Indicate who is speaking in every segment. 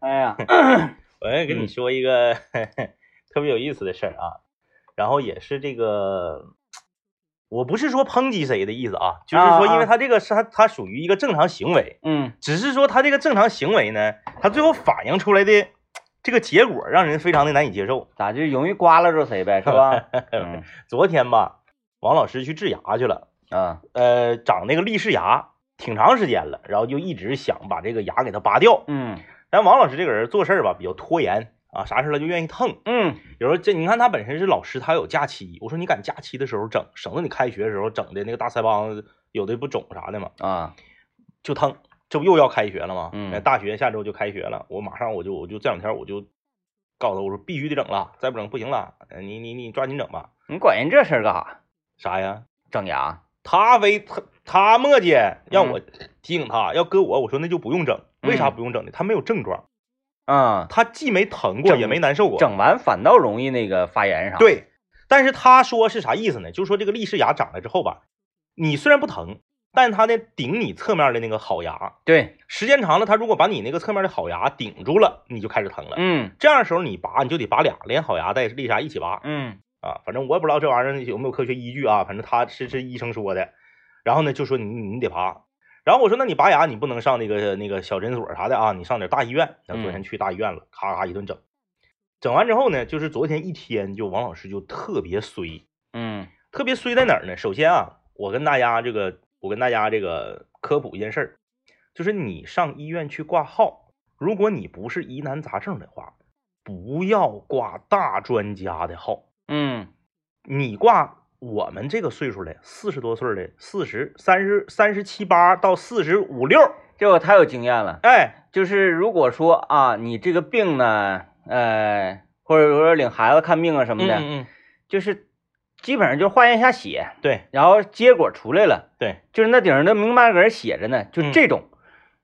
Speaker 1: 哎呀，
Speaker 2: 我先
Speaker 1: 嗯
Speaker 2: 跟你说一个 特别有意思的事儿啊，然后也是这个，我不是说抨击谁的意思啊，就是说因
Speaker 1: 啊啊
Speaker 2: 为他这个是他他属于一个正常行为，
Speaker 1: 嗯
Speaker 2: 只是说他这个正常行为呢，他最后反映出来的这个结果让人非常的难以接受。
Speaker 1: 咋就容易刮拉着谁呗，是吧？ 嗯
Speaker 2: 昨天吧，王老师去治牙去了，
Speaker 1: 啊
Speaker 2: 呃，长那个立式牙挺长时间了，然后就一直想把这个牙给它拔掉。
Speaker 1: 嗯
Speaker 2: 但王老师这个人做事儿吧比较拖延啊，啥事儿他就愿意腾。
Speaker 1: 嗯
Speaker 2: 有时候这你看他本身是老师，他有假期，我说你赶假期的时候整，省得你开学的时候整的那个大腮帮子有的不肿啥的嘛，
Speaker 1: 啊
Speaker 2: 就腾。这不又要开学了吗？
Speaker 1: 嗯
Speaker 2: 哎大学下周就开学了，我马上我就我就这两天我就告诉他，我说必须得整了，再不整不行了，哎你你你抓紧整吧。
Speaker 1: 你管人这事儿干啥？
Speaker 2: 啥呀？
Speaker 1: 整牙？
Speaker 2: 他非他他磨叽让我提醒他，要搁我，我说那就不用整。为啥
Speaker 1: 嗯
Speaker 2: 不用整呢？他没有症状，
Speaker 1: 嗯，
Speaker 2: 他既没疼过，
Speaker 1: 整
Speaker 2: 也没难受过。
Speaker 1: 整完反倒容易那个发炎啥？，
Speaker 2: 对，但是他说是啥意思呢？就是说这个立式牙长了之后吧，你虽然不疼，但它呢顶你侧面的那个好牙，
Speaker 1: 对，
Speaker 2: 时间长了，它如果把你那个侧面的好牙顶住了，你就开始疼了。
Speaker 1: 嗯
Speaker 2: 这样的时候你拔，你就得拔俩，连好牙带立牙一起拔
Speaker 1: 嗯
Speaker 2: 啊。反正我也不知道这玩意儿有没有科学依据啊，反正他是是医生说的。然后呢，就说你你得拔。然后我说，那你拔牙你不能上那个那个小诊所啥的啊，你上点大医院。然后昨天去大医院了，咔咔一顿整。整完之后呢，就是昨天一天就王老师就特别衰，
Speaker 1: 嗯
Speaker 2: 特别衰在哪儿呢？首先啊，我跟大家这个，我跟大家这个科普一件事儿，就是你上医院去挂号，如果你不是疑难杂症的话，不要挂大专家的号，
Speaker 1: 嗯
Speaker 2: 你挂我们这个岁数的四十多岁儿的，四十三十三十七八到四十五六，
Speaker 1: 这我太有经验了。
Speaker 2: 哎，
Speaker 1: 就是如果说啊，你这个病呢，呃，或者说领孩子看病啊什么的，
Speaker 2: 嗯，
Speaker 1: 就是基本上就化验一下血，
Speaker 2: 对
Speaker 1: 然后结果出来了，
Speaker 2: 对，嗯
Speaker 1: 就是那顶上的明白格写着呢，就这种，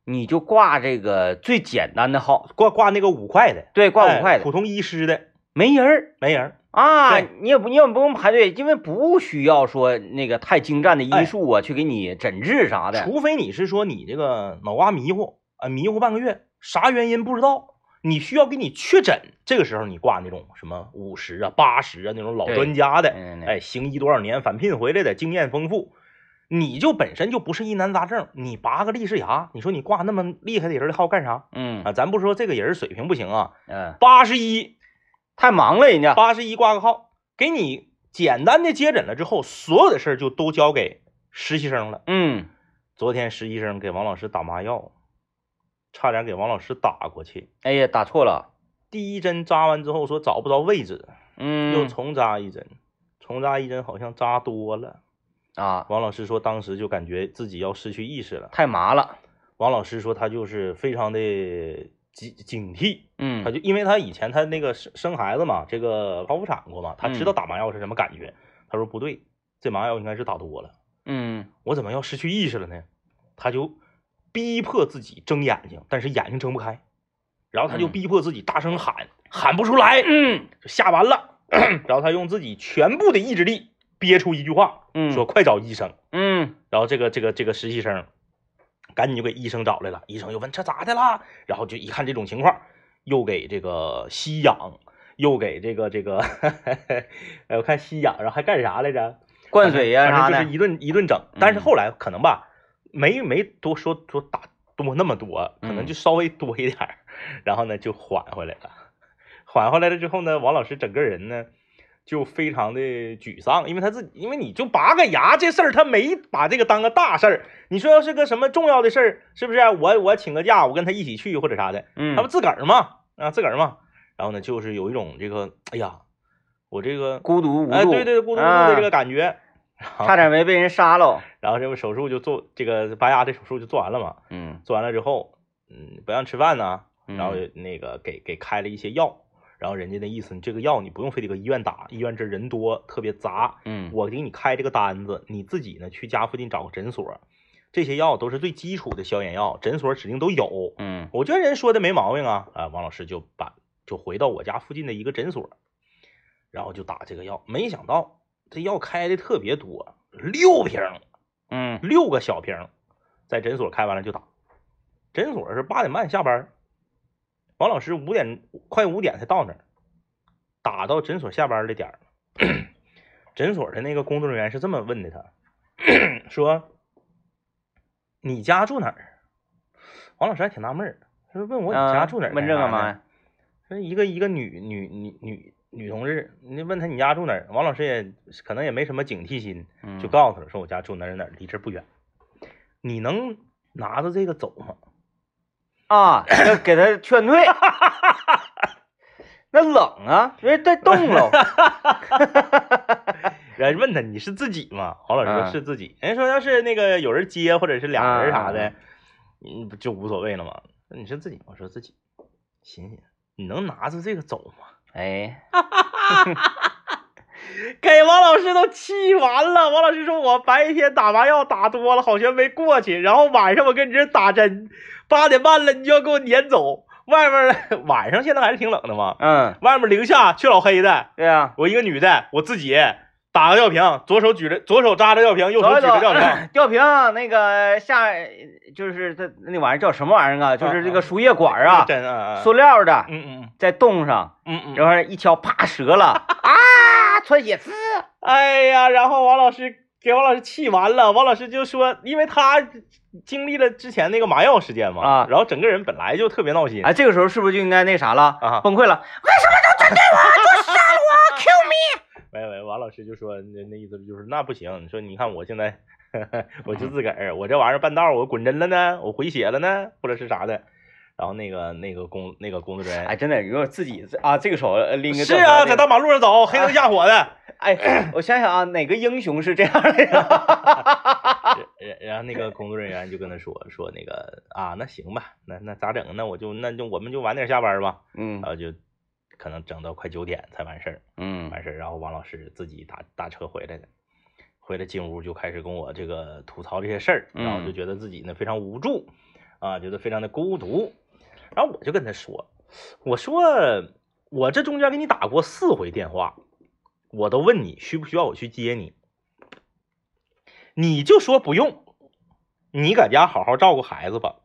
Speaker 1: 你就挂这个最简单的号，
Speaker 2: 挂挂那个五块的，
Speaker 1: 对，挂
Speaker 2: 哎
Speaker 1: 五块的，
Speaker 2: 普通医师的
Speaker 1: 没人儿。
Speaker 2: 没人儿，
Speaker 1: 啊，
Speaker 2: 对
Speaker 1: 你也不你也不用排队，因为不需要说那个太精湛的医术啊，去给你诊治啥的。
Speaker 2: 哎除非你是说你这个脑瓜迷糊啊，迷糊半个月，啥原因不知道，你需要给你确诊，这个时候你挂那种什么五十啊、八十啊那种老
Speaker 1: 对
Speaker 2: 专家的，
Speaker 1: 嗯，
Speaker 2: 哎，行医多少年，返聘回来的，经验丰富，你就本身就不是疑难杂症，你拔个立式牙，你说你挂那么厉害的人的号干啥
Speaker 1: 嗯
Speaker 2: 啊？咱不说这个人水平不行啊，
Speaker 1: 嗯，
Speaker 2: 八十一，
Speaker 1: 太忙了，人家。
Speaker 2: 八十一挂个号，给你简单的接诊了之后，所有的事儿就都交给实习生了。
Speaker 1: 嗯，
Speaker 2: 昨天实习生给王老师打麻药，差点给王老师打过去。
Speaker 1: 哎呀，打错了。
Speaker 2: 第一针扎完之后说找不着位置，
Speaker 1: 嗯，
Speaker 2: 又重扎一针，重扎一针好像扎多了。
Speaker 1: 啊，
Speaker 2: 王老师说，当时就感觉自己要失去意识了。
Speaker 1: 太麻了。
Speaker 2: 王老师说，他就是非常的警警惕，
Speaker 1: 嗯，
Speaker 2: 他就因为他以前他那个生生孩子嘛，这个剖腹产过嘛，他
Speaker 1: 嗯
Speaker 2: 知道打麻药是什么感觉。他说不对，这麻药应该是打多了，
Speaker 1: 嗯
Speaker 2: 我怎么要失去意识了呢？他就逼迫自己睁眼睛，但是眼睛睁不开，然后他就
Speaker 1: 嗯
Speaker 2: 逼迫自己大声喊，喊不出来，
Speaker 1: 嗯
Speaker 2: 吓完了， 然后他用自己全部的意志力憋出一句话，
Speaker 1: 嗯，
Speaker 2: 说快找医生。
Speaker 1: 嗯
Speaker 2: 然后这个这个这个实习生，赶紧就给医生找来了。医生又问这咋的啦？然后就一看这种情况，又给这个吸氧，又给这个这个， 哎，我看吸氧，然后还干啥来着？
Speaker 1: 灌水呀啥
Speaker 2: 反正就是
Speaker 1: 的。
Speaker 2: 一顿一顿整。但
Speaker 1: 嗯
Speaker 2: 是后来可能吧，没没多说说打多那么多，
Speaker 1: 嗯
Speaker 2: 可能就稍微多一点儿，然后呢就缓回来了。缓回来了之后呢，王老师整个人呢就非常的沮丧，因为他自己，因为你就拔个牙这事儿，他没把这个当个大事儿。你说要是个什么重要的事儿，是不是啊、我我请个假，我跟他一起去或者啥的，
Speaker 1: 嗯
Speaker 2: 他不，自个儿嘛，啊自个儿嘛。然后呢，就是有一种这个，哎呀，我这个，
Speaker 1: 孤独啊无助。
Speaker 2: 哎，对对，孤独无助的这个感觉。
Speaker 1: 啊，差点没被人杀了。
Speaker 2: 然后这不手术就做这个拔牙这手术就做完了嘛，
Speaker 1: 嗯，
Speaker 2: 做完了之后，嗯，不让吃饭呢，
Speaker 1: 嗯
Speaker 2: 然后那个给给开了一些药，然后人家的意思，你这个药你不用非得搁医院打，医院这人多特别杂，
Speaker 1: 嗯
Speaker 2: 我给你开这个单子，你自己呢去家附近找个诊所，这些药都是最基础的消炎药，诊所指定都有。
Speaker 1: 嗯
Speaker 2: 我觉得人说的没毛病啊，啊，王老师就把就回到我家附近的一个诊所，然后就打这个药，没想到这药开的特别多，六瓶。
Speaker 1: 嗯
Speaker 2: 六个小瓶儿，在诊所开完了就打。诊所是八点半下班儿，王老师五点快五点才到那儿，打到诊所下班的点儿。 诊所的那个工作人员是这么问的他， 说：“你家住哪儿？”啊王老师还挺纳闷儿，他说：“问我你家住哪儿？”
Speaker 1: 啊问这干嘛
Speaker 2: 呀？
Speaker 1: 呀？
Speaker 2: 说一个一个女女女女女同志，你问她你家住哪儿？王老师也可能也没什么警惕心，
Speaker 1: 嗯
Speaker 2: 就告诉他说我家住哪儿哪儿，离这儿不远。你能拿着这个走吗？
Speaker 1: 啊，要给他劝 退。那冷啊，人 家都冻了。
Speaker 2: 人家问他你是自己吗？黄老师
Speaker 1: 嗯
Speaker 2: 说是自己。人家说要是那个有人接或者是俩人啥
Speaker 1: 啊啊
Speaker 2: 的，嗯，不就无所谓了吗？那你是自己吗，我说自己。寻思你能拿着这个走吗？
Speaker 1: 哎，
Speaker 2: 给王老师都气完了。王老师说：“我白天打麻药打多了，好悬没过去，然后晚上我跟你这打针，八点半了你就要给我撵走。外面儿 晚上现在还是挺冷的嘛，
Speaker 1: 嗯，
Speaker 2: 外面零下，却老黑的。
Speaker 1: 对啊，
Speaker 2: 我一个女的，我自己打个吊瓶，左手举着，左手扎着吊瓶，右手
Speaker 1: 走一
Speaker 2: 举
Speaker 1: 走
Speaker 2: 着吊瓶。
Speaker 1: 吊瓶啊那个下就是它那玩意儿叫什么玩意儿啊？
Speaker 2: 嗯
Speaker 1: 就是这个输液管 儿啊，
Speaker 2: 真啊，
Speaker 1: 塑料的，
Speaker 2: 嗯嗯
Speaker 1: 在冻上，
Speaker 2: 嗯嗯嗯，
Speaker 1: 然后一敲，啪折 了啊，穿血丝。
Speaker 2: 哎呀，然后王老师给王老师气完了，王老师就说，因为他经历了之前那个麻药事件嘛，
Speaker 1: 啊
Speaker 2: 然后整个人本来就特别闹心，
Speaker 1: 哎，这个时候是不是就应该那啥了？
Speaker 2: 啊
Speaker 1: 崩溃了。
Speaker 2: 没有没有，王老师就说那那意思就是那不行，你说你看我现在 我就自个儿，我这玩意儿半道儿我滚针了呢，我回血了呢，或者是啥的，然后那个那个工那个工作人员。
Speaker 1: 哎，真的，如果自己啊，这个手呃拎个
Speaker 2: 是
Speaker 1: 吊瓶
Speaker 2: 啊，
Speaker 1: 那
Speaker 2: 在
Speaker 1: 个
Speaker 2: 大马路上走， 黑灯瞎火的。
Speaker 1: 哎，我想想啊，哪个英雄是这样的？
Speaker 2: 然然后那个工作人员就跟他说说那个啊，那行吧，那那咋整？那我就那就我们就晚点下班吧。
Speaker 1: 嗯
Speaker 2: 然后就可能整到快九点才完事儿，
Speaker 1: 嗯
Speaker 2: 完事儿，然后王老师自己打打车回来的，回来进屋就开始跟我这个吐槽这些事儿，然后就
Speaker 1: 嗯
Speaker 2: 觉得自己呢非常无助，啊，觉得非常的孤独。然后我就跟他说，我说我这中间给你打过四回电话，我都问你需不需要我去接你，你就说不用，你搁家好好照顾孩子吧。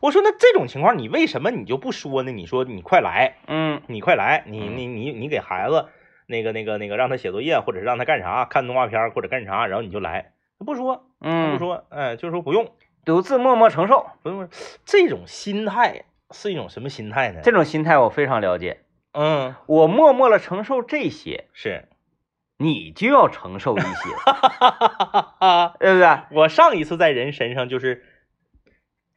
Speaker 2: 我说那这种情况你为什么你就不说呢？你说你快来，
Speaker 1: 嗯
Speaker 2: 你快来，你
Speaker 1: 嗯
Speaker 2: 你你你给孩子那个那个那个让他写作业，或者是让他干啥，看动画片儿或者干啥，然后你就来，他不说，他不
Speaker 1: 嗯，
Speaker 2: 说，哎、就说不用
Speaker 1: 独自默默承受
Speaker 2: 不用，这种心态是一种什么心态呢？
Speaker 1: 这种心态，我非常了解。
Speaker 2: 嗯
Speaker 1: 我默默的承受这些，
Speaker 2: 是，
Speaker 1: 你就要承受一些，
Speaker 2: 啊，
Speaker 1: 对不对？
Speaker 2: 我上一次在人身上就是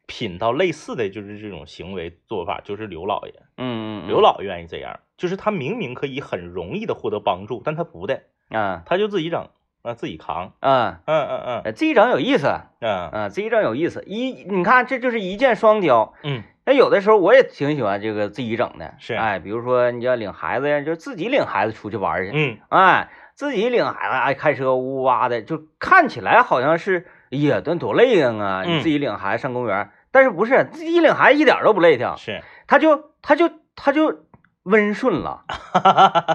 Speaker 2: 品到类似的就是这种行为做法，就是刘老爷，
Speaker 1: 嗯，嗯
Speaker 2: 刘老爷愿意这样，就是他明明可以很容易的获得帮助，但他不的，
Speaker 1: 嗯
Speaker 2: 他就自己整，啊自己扛，
Speaker 1: 嗯，
Speaker 2: 嗯嗯嗯
Speaker 1: 呃自己整有意思，
Speaker 2: 嗯
Speaker 1: 嗯，自己整有意思。一，你看这就是一箭双雕。
Speaker 2: 嗯，
Speaker 1: 那有的时候我也挺喜欢这个自己整的，
Speaker 2: 是
Speaker 1: 哎，比如说你要领孩子呀，就自己领孩子出去玩儿去，
Speaker 2: 嗯，
Speaker 1: 哎，自己领孩子，哎，开车呜哇的，就看起来好像是，哎呀，多多累呀啊！你
Speaker 2: 嗯
Speaker 1: 自己领孩子上公园儿，但是不是自己领孩子一点儿都不累挺，
Speaker 2: 是，
Speaker 1: 他就他就他就温顺 了，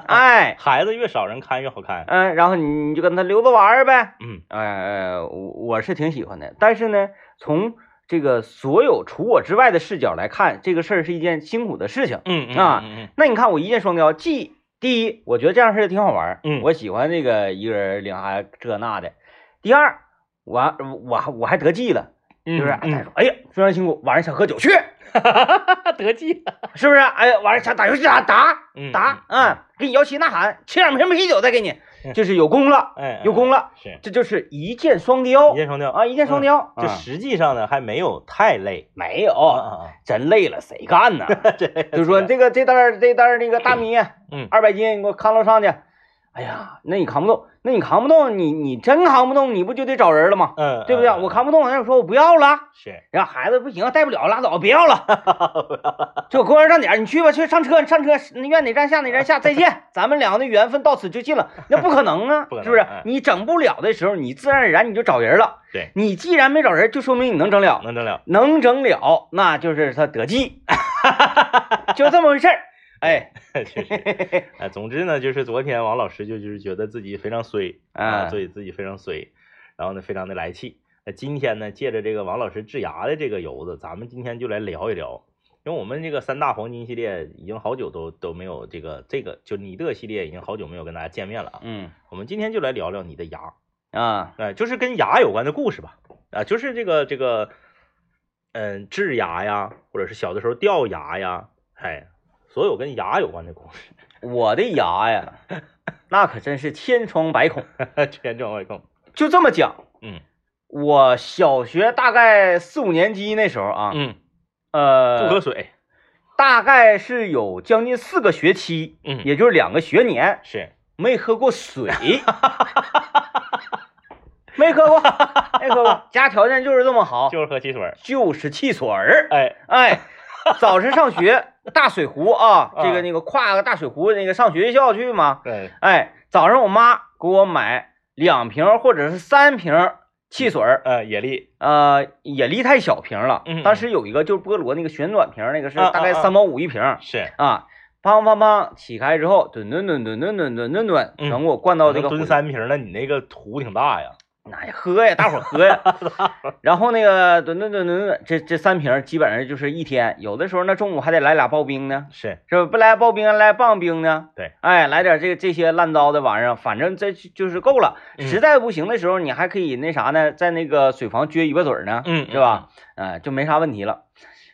Speaker 1: 哎，
Speaker 2: 孩子越少人看越好看。
Speaker 1: 嗯，然后你你就跟他溜达玩儿呗，
Speaker 2: 嗯
Speaker 1: 哎哎，我我是挺喜欢的，但是呢，从这个所有除我之外的视角来看，这个事儿是一件辛苦的事情。
Speaker 2: 嗯
Speaker 1: 啊
Speaker 2: 嗯
Speaker 1: 那你看我一箭双雕，既第一，我觉得这样式儿挺好玩儿，
Speaker 2: 嗯
Speaker 1: 我喜欢这个一个人领孩子这那的。第二，我还我还我还得计了，
Speaker 2: 嗯，
Speaker 1: 就是哎他
Speaker 2: 嗯
Speaker 1: 说，哎呀，非常辛苦，晚上想喝酒去，哎
Speaker 2: 嗯得计了，
Speaker 1: 是不是？哎呀，晚上想打游戏打打
Speaker 2: 嗯嗯
Speaker 1: 打，，嗯，给你摇旗呐喊，切两瓶啤酒再给你，就是有功了，
Speaker 2: 哎，
Speaker 1: 有功
Speaker 2: 了，
Speaker 1: 了，
Speaker 2: 是
Speaker 1: 这就是一箭双雕
Speaker 2: 一箭嗯双雕。
Speaker 1: 啊，一箭双雕，
Speaker 2: 这
Speaker 1: 啊
Speaker 2: 实际上呢还没有太累，
Speaker 1: 没有，
Speaker 2: 啊
Speaker 1: 真累了谁干 呢？
Speaker 2: 啊，这
Speaker 1: 就说 这个这袋儿这袋儿那个大米，
Speaker 2: 嗯
Speaker 1: 二百斤，你给我扛楼上去。哎呀，那你扛不动，那你扛不动，你你真扛不动，你不就得找人了吗？
Speaker 2: 嗯，
Speaker 1: 对不对？
Speaker 2: 嗯
Speaker 1: 我扛不动，那我说我不要了。
Speaker 2: 是
Speaker 1: 然后孩子不行，带不了，拉倒，别要 了。就公园站点，你去吧，去上车，你上车，那愿哪站下哪站 下，再见，咱们两个的缘分到此就尽了。那不可能啊，
Speaker 2: 不可能
Speaker 1: 是不是
Speaker 2: 哎？
Speaker 1: 你整不了的时候，你自然而然你就找人了。
Speaker 2: 对，
Speaker 1: 你既然没找人，就说明你能整了。
Speaker 2: 能整了。
Speaker 1: 能整了，那就是他得计，就这么回事儿。哎，
Speaker 2: 确实，哎，总之呢，就是昨天王老师就就是觉得自己非常衰啊，
Speaker 1: 嗯
Speaker 2: 所以自己非常衰，然后呢，非常的来气。那今天呢，借着这个王老师治牙的这个由子，咱们今天就来聊一聊因为我们这个三大黄金系列已经好久都都没有这个这个就你的系列已经好久没有跟大家见面了啊。
Speaker 1: 嗯
Speaker 2: 我们今天就来聊聊你的牙，
Speaker 1: 啊，
Speaker 2: 哎、就是跟牙有关的故事吧，啊、就是这个这个，嗯、治牙呀，或者是小的时候掉牙呀，哎，所有跟牙有关的故事，
Speaker 1: 我的牙呀，那可真是千疮百孔。
Speaker 2: 千疮百孔。
Speaker 1: 就这么讲，
Speaker 2: 嗯
Speaker 1: 我小学大概四五年级那时候啊，
Speaker 2: 嗯，不喝
Speaker 1: 呃，
Speaker 2: 水，
Speaker 1: 大概是有将近四个学期，
Speaker 2: 嗯
Speaker 1: 也就是两个学年
Speaker 2: 是，
Speaker 1: 没喝过 水，没喝过，没喝过，家条件就是这么好，
Speaker 2: 就是喝汽水儿。
Speaker 1: 就是汽水儿，
Speaker 2: 哎，
Speaker 1: 哎。早晨上 学，大水壶啊，这
Speaker 2: 啊
Speaker 1: 个那个挎个大水壶，那个上学校去嘛，
Speaker 2: 对，
Speaker 1: 哎，早上我妈给我买两瓶或者是三瓶汽水儿，
Speaker 2: 呃，野力，
Speaker 1: 呃，野梨太小瓶了
Speaker 2: 嗯嗯，
Speaker 1: 当时有一个就是菠萝那个旋转瓶儿，那个是
Speaker 2: 啊啊
Speaker 1: 大概
Speaker 2: 啊
Speaker 1: 三毛五一瓶儿
Speaker 2: 是
Speaker 1: 啊。砰砰砰！起开之后，吨吨吨吨吨吨吨吨吨，
Speaker 2: 嗯
Speaker 1: 全给我灌到这个壶
Speaker 2: 能蹲
Speaker 1: 里。
Speaker 2: 三瓶儿了，你那个壶挺大呀。
Speaker 1: 那呀，喝呀，大伙儿喝 呀。然后那个吨吨吨吨吨，这这三瓶儿基本上就是一天，有的时候那中午还得来俩刨冰呢。
Speaker 2: 是，
Speaker 1: 是不来刨冰，来棒冰呢？
Speaker 2: 对，
Speaker 1: 哎，来点这个这些烂糟的玩意儿，反正这就就是够了。
Speaker 2: 嗯
Speaker 1: 实在不行的时候，你还可以那啥呢，在那个水房撅尾巴嘴儿呢，
Speaker 2: 嗯
Speaker 1: 是吧？呃，就没啥问题了。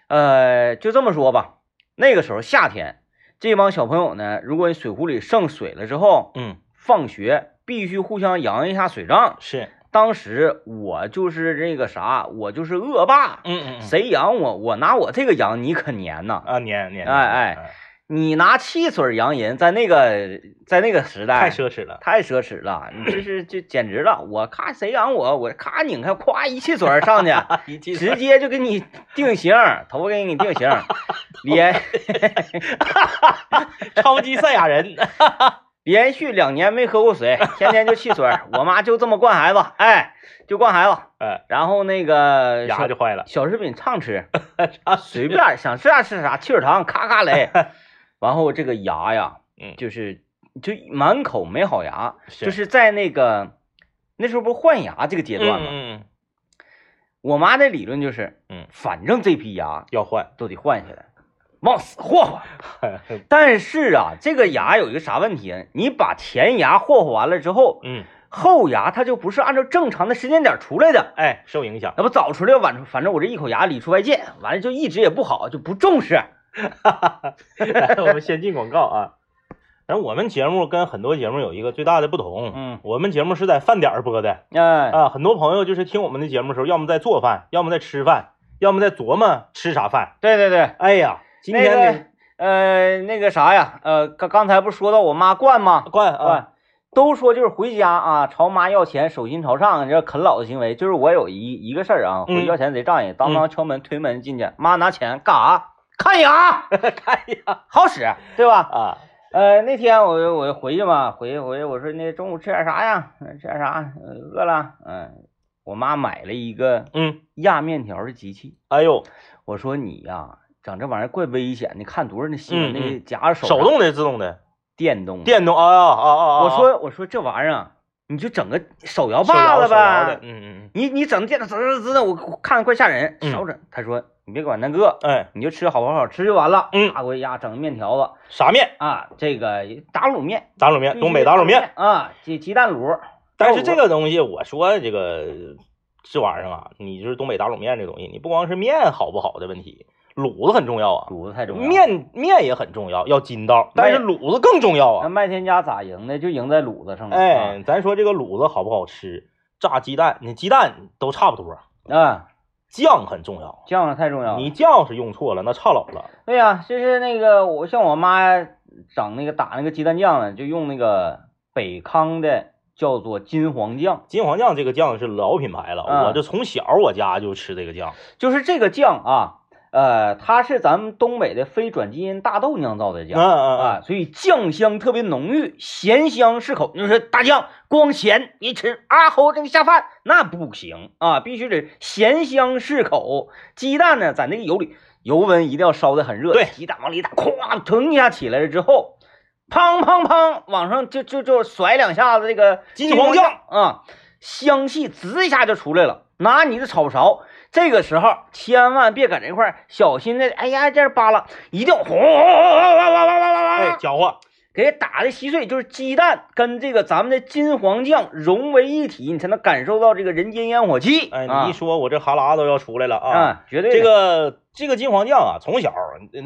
Speaker 1: 呃，就这么说吧，那个时候夏天，这帮小朋友呢，如果你水壶里剩水了之后，
Speaker 2: 嗯，
Speaker 1: 放学必须互相扬一下水账。
Speaker 2: 是，
Speaker 1: 当时我就是这个啥，我就是恶霸，
Speaker 2: 嗯嗯谁
Speaker 1: 谁扬我，我拿我这个扬你可粘呐。
Speaker 2: 啊？年年，
Speaker 1: 哎
Speaker 2: 哎，
Speaker 1: 你拿汽水扬人，在那个在那个时代
Speaker 2: 太奢侈了。
Speaker 1: 太奢侈了，你这是就简直了！我咔谁扬我，我咔拧开，夸一汽水儿上去，
Speaker 2: 一汽
Speaker 1: 直接就给你定型儿，头发给你定型儿， 连
Speaker 2: 超级赛亚 人，
Speaker 1: 连续两年没喝过水，天天就汽水儿，我妈就这么惯孩子，哎，就惯孩子，
Speaker 2: 哎，
Speaker 1: 然后那个
Speaker 2: 牙
Speaker 1: 小
Speaker 2: 就坏了。
Speaker 1: 小食品畅吃，随便想吃啥吃啥，汽水糖咔 咔来，然后这个牙呀，
Speaker 2: 嗯
Speaker 1: 就是就满口没好牙。
Speaker 2: 是
Speaker 1: 就是在那个那时候不是换牙这个阶段吗？
Speaker 2: 嗯嗯嗯，
Speaker 1: 我妈的理论就是，
Speaker 2: 嗯
Speaker 1: 反正这批牙
Speaker 2: 要换。
Speaker 1: 都得换下来，往死霍霍。但是啊，这个牙有一个啥问题呢？你把前牙霍霍完了之后，
Speaker 2: 嗯，
Speaker 1: 后牙它就不是按照正常的时间点出来的，
Speaker 2: 哎，受影 响。
Speaker 1: 那不早出来晚出。反正我这一口牙里出外界，完了就一直也不好，就不重视。
Speaker 2: 来我们先进广告啊。然后我们节目跟很多节目有一个最大的不同，
Speaker 1: 嗯
Speaker 2: 我们节目是在饭点儿播的
Speaker 1: 哎、
Speaker 2: 啊。很多朋友就是听我们的节目的时候，要么在做饭，要么在吃饭，要么在琢磨吃啥饭。
Speaker 1: 对对对，
Speaker 2: 哎呀，今天
Speaker 1: 那
Speaker 2: 的
Speaker 1: 个呃那个啥呀，呃刚刚才不是说到我妈惯吗？
Speaker 2: 惯啊，
Speaker 1: 啊，都说就是回家啊，朝妈要钱，手心朝上，这啃老的行为。就是我有一一个事儿啊，
Speaker 2: 嗯
Speaker 1: 回要钱贼仗义，当当敲门推门进去，妈拿钱干啥？看牙，
Speaker 2: 看呀
Speaker 1: 好使，对吧？
Speaker 2: 啊，
Speaker 1: 呃，那天我我回去嘛，回去回去，我说那中午吃点啥呀？呃吃点啥？呃饿了？嗯、我妈买了一个
Speaker 2: 嗯，
Speaker 1: 压面条的机器。
Speaker 2: 哎呦，
Speaker 1: 我说你呀、整这玩意儿怪危险，你看多少那新闻，
Speaker 2: 嗯嗯
Speaker 1: 那夹着手
Speaker 2: 手
Speaker 1: 上
Speaker 2: 动的、自动的、
Speaker 1: 电动的
Speaker 2: 电动啊啊啊啊！
Speaker 1: 我说我说这玩意儿啊，你就整个手摇
Speaker 2: 手摇
Speaker 1: 把子
Speaker 2: 手摇的
Speaker 1: 呗，
Speaker 2: 嗯嗯
Speaker 1: 你你整电脑滋滋滋的，我我看着怪吓人，
Speaker 2: 嗯
Speaker 1: 少整。他说你别管那个，
Speaker 2: 嗯，哎，
Speaker 1: 你就吃好不好吃就完了。
Speaker 2: 嗯
Speaker 1: 大锅鸭整个面条子
Speaker 2: 啥面？
Speaker 1: 啊，这个打卤面，
Speaker 2: 打卤面，东北打卤面。
Speaker 1: 啊，鸡鸡蛋卤，
Speaker 2: 但是这个东西，我说这个这玩意儿啊，你就是东北打卤面这东西，你不光是面好不好的问题，卤子很重要啊，
Speaker 1: 卤子太重要了。
Speaker 2: 面面也很重要，要筋道，但是卤子更重要
Speaker 1: 那
Speaker 2: 啊。
Speaker 1: 麦田家咋赢的？就赢在卤子上啊了。
Speaker 2: 哎，咱说这个卤子好不好吃，炸鸡蛋，你鸡蛋都差不多，
Speaker 1: 啊，啊，
Speaker 2: 酱很重要，
Speaker 1: 酱太重要了。
Speaker 2: 你酱是用错了，那差老了。
Speaker 1: 对呀、就是那个我像我妈整那个打那个鸡蛋酱呢，就用那个北康的叫做金黄酱。
Speaker 2: 金黄酱这个酱是老品牌了，
Speaker 1: 嗯
Speaker 2: 我就从小我家就吃这个酱，
Speaker 1: 就是这个酱啊，呃，它是咱们东北的非转基因大豆酿造的
Speaker 2: 嗯
Speaker 1: 酱
Speaker 2: 嗯嗯，
Speaker 1: 啊，所以酱香特别浓郁，咸香适口。你说大酱光咸一吃啊吼这个下饭那不行啊，必须得咸香适口。鸡蛋呢，在那个油里，油温一定要烧的很热，
Speaker 2: 对
Speaker 1: 鸡蛋往里一打，咵腾一下起来了之后。砰砰砰，往上就就就甩两下子，这个
Speaker 2: 金黄酱
Speaker 1: 啊，香气滋一下就出来了。拿你的炒勺这个时候千万别搁这块儿，小心的，哎呀，这儿扒拉，一定轰轰轰轰轰轰轰轰
Speaker 2: 哎
Speaker 1: 轰，
Speaker 2: 搅和，
Speaker 1: 给打的稀碎，就是鸡蛋跟这个咱们的金黄酱融为一体，你才能感受到这个人间烟火气。
Speaker 2: 哎，
Speaker 1: 啊
Speaker 2: 你一说我这哈喇都要出来了啊！
Speaker 1: 啊，绝对
Speaker 2: 这
Speaker 1: 的
Speaker 2: 个这个金黄酱啊，从小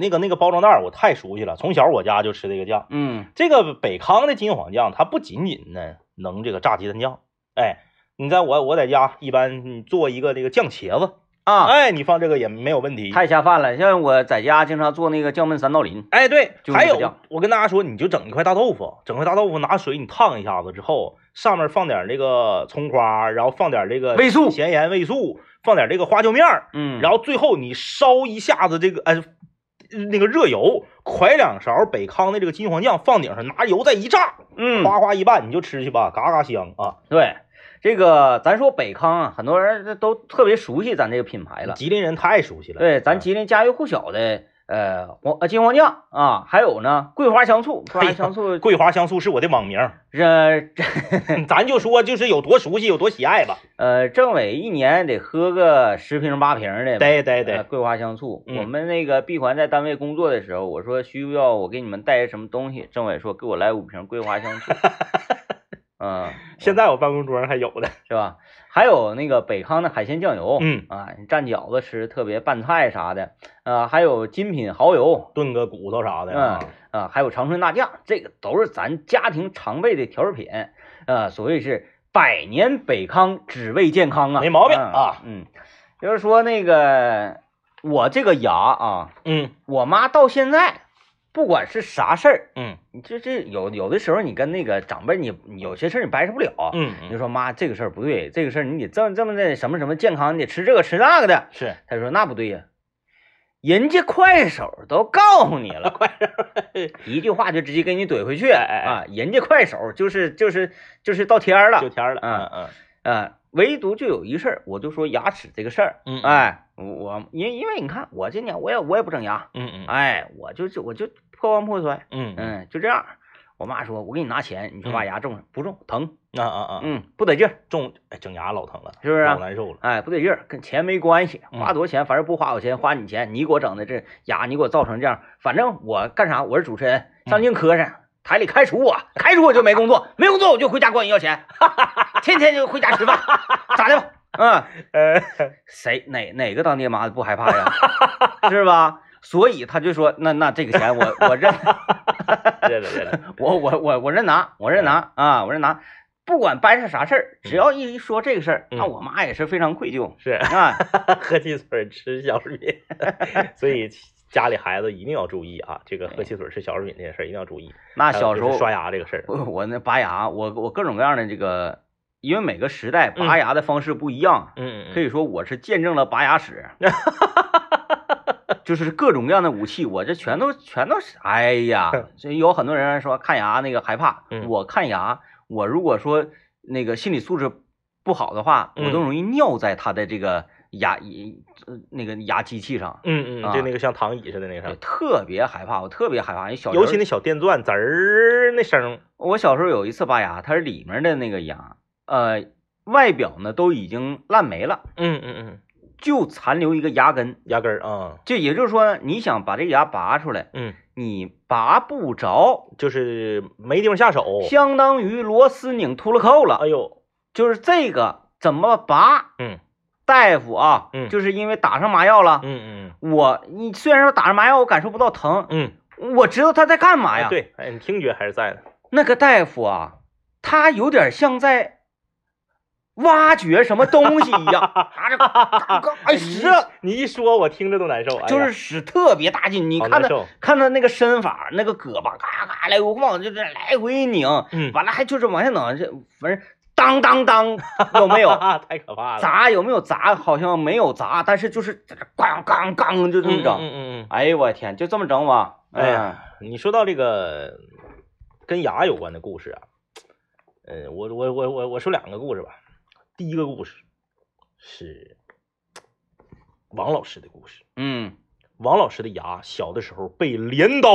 Speaker 2: 那个那个包装袋儿我太熟悉了，从小我家就吃这个酱。
Speaker 1: 嗯
Speaker 2: 这个北康的金黄酱，它不仅仅呢能这个炸鸡蛋酱，哎，你在我我在家一般你做一个这个酱茄子，
Speaker 1: 啊，
Speaker 2: 哎，你放这个也没有问题。
Speaker 1: 太下饭了。像我在家经常做那个酱焖三道鳞，
Speaker 2: 哎，对，
Speaker 1: 就
Speaker 2: 还
Speaker 1: 那个
Speaker 2: 有
Speaker 1: 酱
Speaker 2: 我跟大家说，你就整一块大豆腐，整块大豆腐拿水你烫一下子之后，上面放点这个葱花，然后放点这个
Speaker 1: 味素
Speaker 2: 咸盐、味素，放点这个花椒面儿，
Speaker 1: 嗯，
Speaker 2: 然后最后你烧一下子这个呃那个热油，㧟两勺北康的这个金黄酱放顶上，拿油再一炸，
Speaker 1: 嗯，
Speaker 2: 哗哗一拌你就吃去吧，嘎嘎香啊！
Speaker 1: 对，这个咱说北康啊，很多人都特别熟悉咱这个品牌了。
Speaker 2: 吉林人太熟悉了，
Speaker 1: 对，咱
Speaker 2: 啊
Speaker 1: 吉林家喻户晓的呃黄呃金黄酱啊，还有呢桂花香醋，桂
Speaker 2: 哎
Speaker 1: 花
Speaker 2: 呀
Speaker 1: 香醋
Speaker 2: 桂花香醋是我的网名 儿，
Speaker 1: 这这
Speaker 2: 咱就说就是有多熟悉有多喜爱吧。
Speaker 1: 呃政委一年得喝个十瓶八瓶的。
Speaker 2: 对对
Speaker 1: 呃
Speaker 2: 对，
Speaker 1: 桂花香醋。
Speaker 2: 嗯
Speaker 1: 我们那个闭环在单位工作的时候，我说需要我给你们带些什么东西，政委说给我来五瓶桂花 香醋。嗯，
Speaker 2: 现在我办公桌上还有的，
Speaker 1: 是吧？还有那个北康的海鲜酱油，
Speaker 2: 嗯，
Speaker 1: 啊，你蘸饺子吃特别拌菜啥的，呃，还有精品蚝油，
Speaker 2: 炖个骨头啥的
Speaker 1: 嗯
Speaker 2: 啊。
Speaker 1: 啊，还有长春大酱，这个都是咱家庭常备的调制品，啊，所谓是百年北康，只为健康啊，
Speaker 2: 没毛病
Speaker 1: 嗯
Speaker 2: 啊，
Speaker 1: 嗯，就是说那个我这个牙啊，
Speaker 2: 嗯
Speaker 1: 我妈到现在，不管是啥事儿，
Speaker 2: 嗯
Speaker 1: 你这这有有的时候你跟那个长辈你你有些事儿你掰扯不了，嗯
Speaker 2: 嗯
Speaker 1: 你就
Speaker 2: 嗯，
Speaker 1: 说妈，这个事儿不对，这个事儿你得这么这么的什么什么健康，你得吃这个吃那个的。
Speaker 2: 是
Speaker 1: 他就说那不对呀、人家快手都告诉你了，快手一句话就直接给你怼回去。
Speaker 2: 哎哎哎
Speaker 1: 啊，人家快手就是就是就是到天儿
Speaker 2: 就
Speaker 1: 了
Speaker 2: 天儿了，
Speaker 1: 嗯
Speaker 2: 嗯
Speaker 1: 啊，唯独就有一事儿，我就说牙齿这个事儿，
Speaker 2: 嗯嗯，
Speaker 1: 哎，我我因因为你看我今年我也我也不整牙，
Speaker 2: 嗯嗯
Speaker 1: 哎，我就是我就破罐破摔，
Speaker 2: 嗯嗯
Speaker 1: 嗯，就这样。我妈说，我给你拿钱，你去把牙种上，不种疼，
Speaker 2: 啊啊啊，
Speaker 1: 嗯，不得劲儿，
Speaker 2: 种哎整牙老疼了，
Speaker 1: 是不是啊
Speaker 2: 老？难受了，
Speaker 1: 哎，不对劲儿，跟钱没关系，
Speaker 2: 嗯
Speaker 1: 花多少钱，反正不花我钱，花你钱，你给我整的这牙，你给我造成这样，反正我干啥？我是主持人，
Speaker 2: 嗯
Speaker 1: 上镜磕碜，台里开除我，开除我就没工作，没工作我就回家管你要钱， 天天就回家吃饭，咋的吧？嗯，
Speaker 2: 呃，
Speaker 1: 谁哪哪个当爹妈的不害怕呀？是吧？所以他就说，那那这个钱我我认，
Speaker 2: 对了 对了，
Speaker 1: 我我我我认拿，我认拿
Speaker 2: 嗯
Speaker 1: 啊，我认拿。不管掰扯啥事儿，只要一说这个事儿，那
Speaker 2: 嗯
Speaker 1: 我妈也是非常愧疚
Speaker 2: 是
Speaker 1: 啊。
Speaker 2: 喝汽水吃小食品， 所以家里孩子一定要注意啊，这个喝汽水吃小食品这件事儿一定要注意。
Speaker 1: 那
Speaker 2: 还有
Speaker 1: 小
Speaker 2: 就
Speaker 1: 时
Speaker 2: 是
Speaker 1: 候
Speaker 2: 刷牙这个事儿，
Speaker 1: 我我那拔牙，我我各种各样的这个，因为每个时代拔牙的方式不一样，
Speaker 2: 嗯嗯嗯
Speaker 1: 可
Speaker 2: 嗯，
Speaker 1: 以说我是见证了拔牙 史，就是各种各样的武器，我这全都全都是，哎 呀，所以有很多人说看牙那个害怕，
Speaker 2: 嗯
Speaker 1: 我看牙，我如果说那个心理素质不好的话，我都
Speaker 2: 嗯
Speaker 1: 容易尿在他的这个牙一呃那个牙机器上，
Speaker 2: 嗯嗯，就那个像躺椅似的那个
Speaker 1: 我
Speaker 2: 啥，
Speaker 1: 特别害怕，我特别害怕，小时候
Speaker 2: 嗯尤其那小电钻滋儿那声儿，
Speaker 1: 我小时候有一次拔牙，它是里面的那个牙，呃，外表呢都已经烂没了，
Speaker 2: 嗯嗯嗯，
Speaker 1: 就残留一个牙根。
Speaker 2: 牙根儿啊，
Speaker 1: 这也就是说，你想把这个牙拔出来，
Speaker 2: 嗯，
Speaker 1: 你拔不着，
Speaker 2: 就是没地方下手，
Speaker 1: 相当于螺丝拧秃了扣
Speaker 2: 哦哎
Speaker 1: 了。
Speaker 2: 呦，
Speaker 1: 就是这个怎么拔？
Speaker 2: 嗯
Speaker 1: 大夫啊，
Speaker 2: 嗯
Speaker 1: 就是因为打上麻药了。
Speaker 2: 嗯嗯
Speaker 1: 我你虽然说打上麻药，我感受不到疼，
Speaker 2: 嗯。
Speaker 1: 我知道他在干嘛
Speaker 2: 哎，
Speaker 1: 呀。，
Speaker 2: 对，哎，你听觉还是在的。
Speaker 1: 那个大夫啊，他有点像在挖掘什么东西一样， 啊，这哎使，
Speaker 2: 你一说，我听着都难受。哎呀
Speaker 1: 就是使特别大劲，你
Speaker 2: 好
Speaker 1: 看
Speaker 2: 难
Speaker 1: 他
Speaker 2: 受。
Speaker 1: 看他那个身法，那个胳膊嘎嘎来回晃，就是来回拧，
Speaker 2: 嗯，
Speaker 1: 完了还就是往下拧，这反正当当当，有没 有？
Speaker 2: 太可怕了。
Speaker 1: 砸有没有砸？好像没有砸，但是就是在这咣咣咣就这么
Speaker 2: 嗯
Speaker 1: 整。
Speaker 2: 嗯嗯嗯。
Speaker 1: 哎呦我天，就这么整吧。
Speaker 2: 哎呀，你说到这个跟牙有关的故事啊，呃，我我我我我说两个故事吧。第一个故事是王老师的故事。
Speaker 1: 嗯，嗯，
Speaker 2: 王老师的牙小的时候被镰刀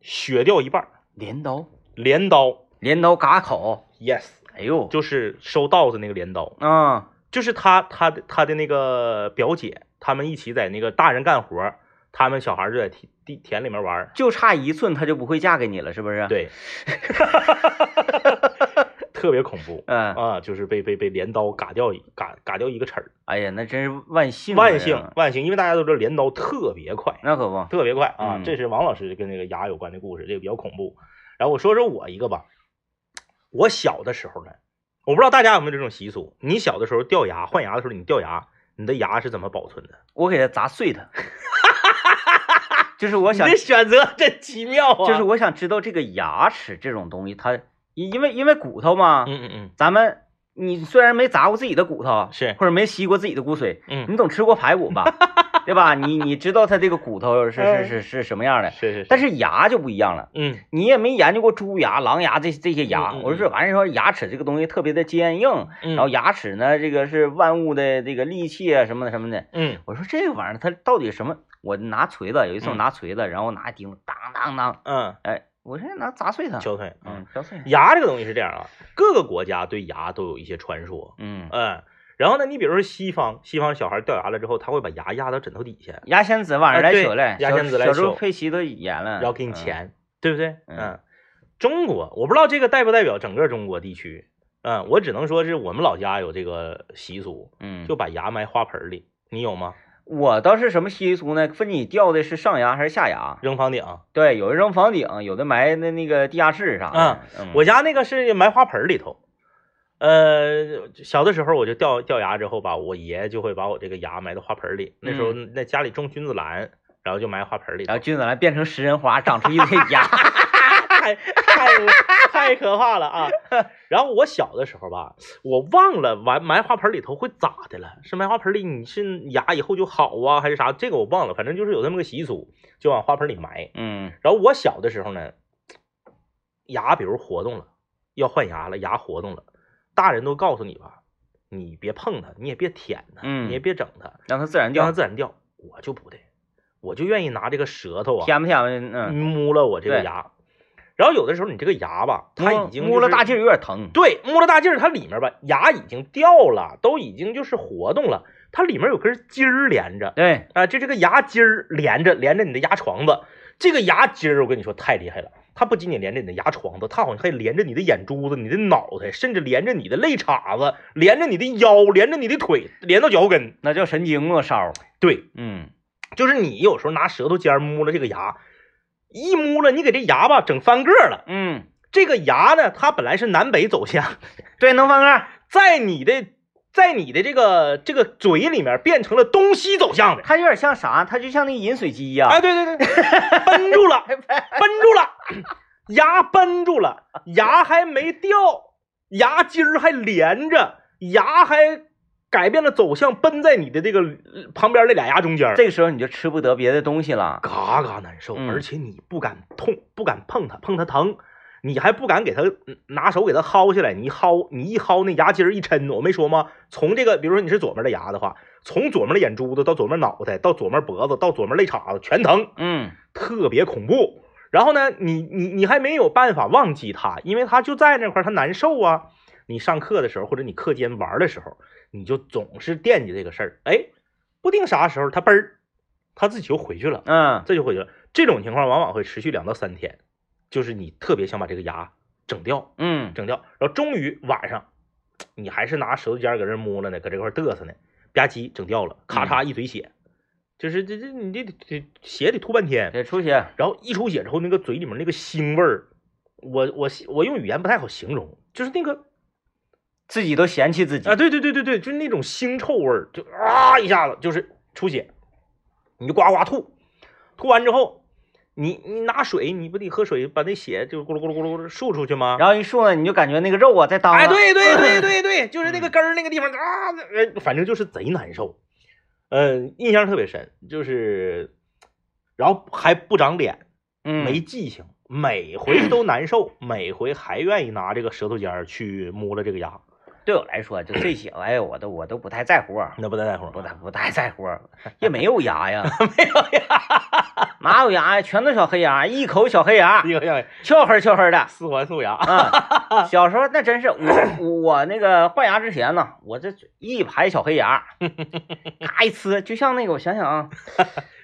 Speaker 2: 削掉一半儿，
Speaker 1: 镰刀，
Speaker 2: 镰刀
Speaker 1: 镰刀嘎口，
Speaker 2: ，yes，
Speaker 1: 哎呦，
Speaker 2: 就是收稻子那个镰刀。
Speaker 1: 啊，
Speaker 2: 就是他他的他的那个表姐，他们一起在那个大人干活，他们小孩儿就在田地田里面玩儿。
Speaker 1: 就差一寸，她就不会嫁给你了，是不是？，
Speaker 2: 对，特别恐怖
Speaker 1: 嗯、
Speaker 2: 啊，就是被被被镰刀嘎掉一嘎嘎掉一个齿儿，
Speaker 1: 哎呀，那真是万幸啊，
Speaker 2: 万
Speaker 1: 这
Speaker 2: 幸
Speaker 1: 个
Speaker 2: 万幸，因为大家都知道镰刀特别快，
Speaker 1: 那可不，
Speaker 2: 特别快啊！
Speaker 1: 嗯
Speaker 2: 这是王老师跟那个牙有关的故事，这个比较恐怖。然后我说说我一个吧，我小的时候呢，我不知道大家有没有这种习俗，你小的时候掉牙换牙的时候，你掉牙，你的牙是怎么保存的？
Speaker 1: 我给她砸碎 它。就是我
Speaker 2: 你
Speaker 1: 想
Speaker 2: 的选择真奇妙啊！
Speaker 1: 就是我想知道这个牙齿这种东西，它因因为因为骨头嘛，
Speaker 2: 嗯嗯嗯，
Speaker 1: 咱们你虽然没砸过自己的骨头，
Speaker 2: 是
Speaker 1: 或者没吸过自己的骨髓，
Speaker 2: 嗯
Speaker 1: 你总吃过排骨 吧，对吧？你你知道它这个骨头是是
Speaker 2: 嗯
Speaker 1: 是是什么样的，
Speaker 2: 是是，
Speaker 1: 但
Speaker 2: 是
Speaker 1: 是牙就不一样了。
Speaker 2: 嗯
Speaker 1: 你也没研究过猪牙、狼牙这这些牙，
Speaker 2: 嗯嗯嗯
Speaker 1: 我就说完事说牙齿这个东西特别的坚硬，
Speaker 2: 嗯，
Speaker 1: 然后牙齿呢，这个是万物的这个利器啊什么的什么的。
Speaker 2: 嗯
Speaker 1: 我说这玩意儿它到底什么？我拿锤子，有一次我
Speaker 2: 嗯
Speaker 1: 拿锤子，然后拿钉子，当当当，
Speaker 2: 嗯，
Speaker 1: 哎，我说拿砸碎它，
Speaker 2: 小腿嗯，
Speaker 1: 嗯，敲碎它，
Speaker 2: 牙这个东西是这样啊，各个国家对牙都有一些传说，
Speaker 1: 嗯，
Speaker 2: 嗯。然后呢，你比如说西方，西方小孩掉牙了之后，他会把牙压到枕头底下，
Speaker 1: 牙仙子晚上来
Speaker 2: 啊对
Speaker 1: 取来，
Speaker 2: 牙
Speaker 1: 小
Speaker 2: 仙子来
Speaker 1: 小时候
Speaker 2: 取
Speaker 1: 佩奇都演了，
Speaker 2: 然后给
Speaker 1: 嗯，
Speaker 2: 你钱，对不对？
Speaker 1: 嗯
Speaker 2: 中国我不知道这个代不代表整个中国地区，嗯，我只能说是我们老家有这个习俗，
Speaker 1: 嗯，
Speaker 2: 就把牙埋花盆里，你有吗？
Speaker 1: 我倒是什么习俗呢？分你掉的是上牙还是下牙？
Speaker 2: 扔房顶，
Speaker 1: 对，有的扔房顶，有的埋那那个地下室啥的。嗯
Speaker 2: 啊我家那个是埋花盆里头。呃，小的时候我就掉掉牙之后吧，我爷就会把我这个牙埋到花盆里。那时候那家里种君子兰，然后就埋花盆里
Speaker 1: 嗯
Speaker 2: 头
Speaker 1: 然。后君子兰变成食人花，长出一堆 牙。
Speaker 2: 太太太可怕了 啊！然后我小的时候吧，我忘了埋埋花盆里头会咋的了，是埋花盆里你是牙以后就好啊，还是啥？这个我忘了，反正就是有那么个习俗，就往花盆里埋。
Speaker 1: 嗯
Speaker 2: 然后我小的时候呢，牙比如活动了，要换牙了，牙活动了，大人都告诉你吧，你别碰它，你也别舔它，
Speaker 1: 嗯
Speaker 2: 你也别整它，
Speaker 1: 让它自然
Speaker 2: 让它
Speaker 1: 掉，
Speaker 2: 自然掉。我就不对，我就愿意拿这个舌头啊，
Speaker 1: 舔吧舔吧，嗯，
Speaker 2: 摸了我这个
Speaker 1: 对
Speaker 2: 牙。然后有的时候你这个牙吧，它
Speaker 1: 摸
Speaker 2: 已经
Speaker 1: 摸了大
Speaker 2: 劲，
Speaker 1: 劲儿有点疼。
Speaker 2: 对，摸了大劲儿，它里面吧牙已经掉了，都已经就是活动了，它里面有根筋儿连着
Speaker 1: 对，
Speaker 2: 啊，就这个牙筋儿连着连着你的牙床子，这个牙筋儿我跟你说太厉害了。它不仅仅连着你的牙床子，它好像还连着你的眼珠子、你的脑袋，甚至连着你的肋叉子，连着你的腰，连着你的腿，连到脚后跟。
Speaker 1: 那叫神经末梢。
Speaker 2: 对，
Speaker 1: 嗯，
Speaker 2: 就是你有时候拿舌头尖儿摸了这个牙，一摸了，你给这牙吧整翻个儿了。
Speaker 1: 嗯，
Speaker 2: 这个牙呢，它本来是南北走向，
Speaker 1: 对，能翻个儿，
Speaker 2: 在你的在你的这个这个嘴里面变成了东西走向的。
Speaker 1: 它有点像啥？它就像那饮水机呀、
Speaker 2: 哎，对对对， 哎绷住了，绷住了，牙绷住了，牙还没掉，牙筋儿还连着，牙还改变了走向，绷在你的这个呃旁边那俩牙中间儿，
Speaker 1: 这个时候你就吃不得别的东西了。
Speaker 2: 嘎嘎难受，
Speaker 1: 嗯
Speaker 2: 而且你不敢痛，不敢碰它，碰它疼，你还不敢给它嗯拿手给它薅下来，你一薅，你一薅那牙筋儿一抻，我没说吗？从这个，比如说你是左面的牙的话，从左面的眼珠子到左面脑袋，到左面脖子，到左面肋叉子，全疼，
Speaker 1: 嗯，
Speaker 2: 特别恐怖。然后呢，你你你还没有办法忘记它，因为它就在那块儿，它难受啊。你上课的时候，或者你课间玩儿的时候，你就总是惦记这个事儿，哎，不定啥时候它嘣儿，它自己就回去了。
Speaker 1: 嗯，
Speaker 2: 这就回去了。这种情况往往会持续两到三天，就是你特别想把这个牙整掉，
Speaker 1: 嗯，
Speaker 2: 整掉，然后终于晚上，你还是拿舌头尖儿搁这儿摸了呢，搁这块儿嘚瑟呢，吧唧整掉了，咔嚓一嘴血，就是这这你这这血得吐半天，
Speaker 1: 得出血。
Speaker 2: 然后一出血之后，那个嘴里面那个腥味儿，我我我用语言不太好形容，就是那个
Speaker 1: 自己都嫌弃自己
Speaker 2: 啊，。对对对对对，就是那种腥臭味儿，就啊一下子就是出血，你就呱呱吐，吐完之后，你你拿水，你不得喝水把那血就咕噜咕噜咕噜咕噜漱出去吗？
Speaker 1: 然后一竖呢，你就感觉那个肉啊在当
Speaker 2: 哎，
Speaker 1: 了，
Speaker 2: 对对对对对，就是
Speaker 1: 嗯
Speaker 2: 那个根儿那个地方啊，呃反正就是贼难受，嗯，印象特别深，就是，然后还不长脸，
Speaker 1: 嗯，
Speaker 2: 没记性，每回都难受，每回还愿意拿这个舌头尖儿去摸了这个牙，
Speaker 1: 对我来说就这些，哎呀，我都我都不太在乎， 啊
Speaker 2: 那不太在乎，
Speaker 1: 不太不太在乎，也没有牙呀，哪有牙呀？全都小黑牙，一口小黑 牙，
Speaker 2: 一个像
Speaker 1: 翘黑翘黑的。
Speaker 2: 四环素牙，
Speaker 1: 啊，小时候那真是我 我那个换牙之前呢，我这一排小黑 牙，咔一呲，就像那个我想想啊，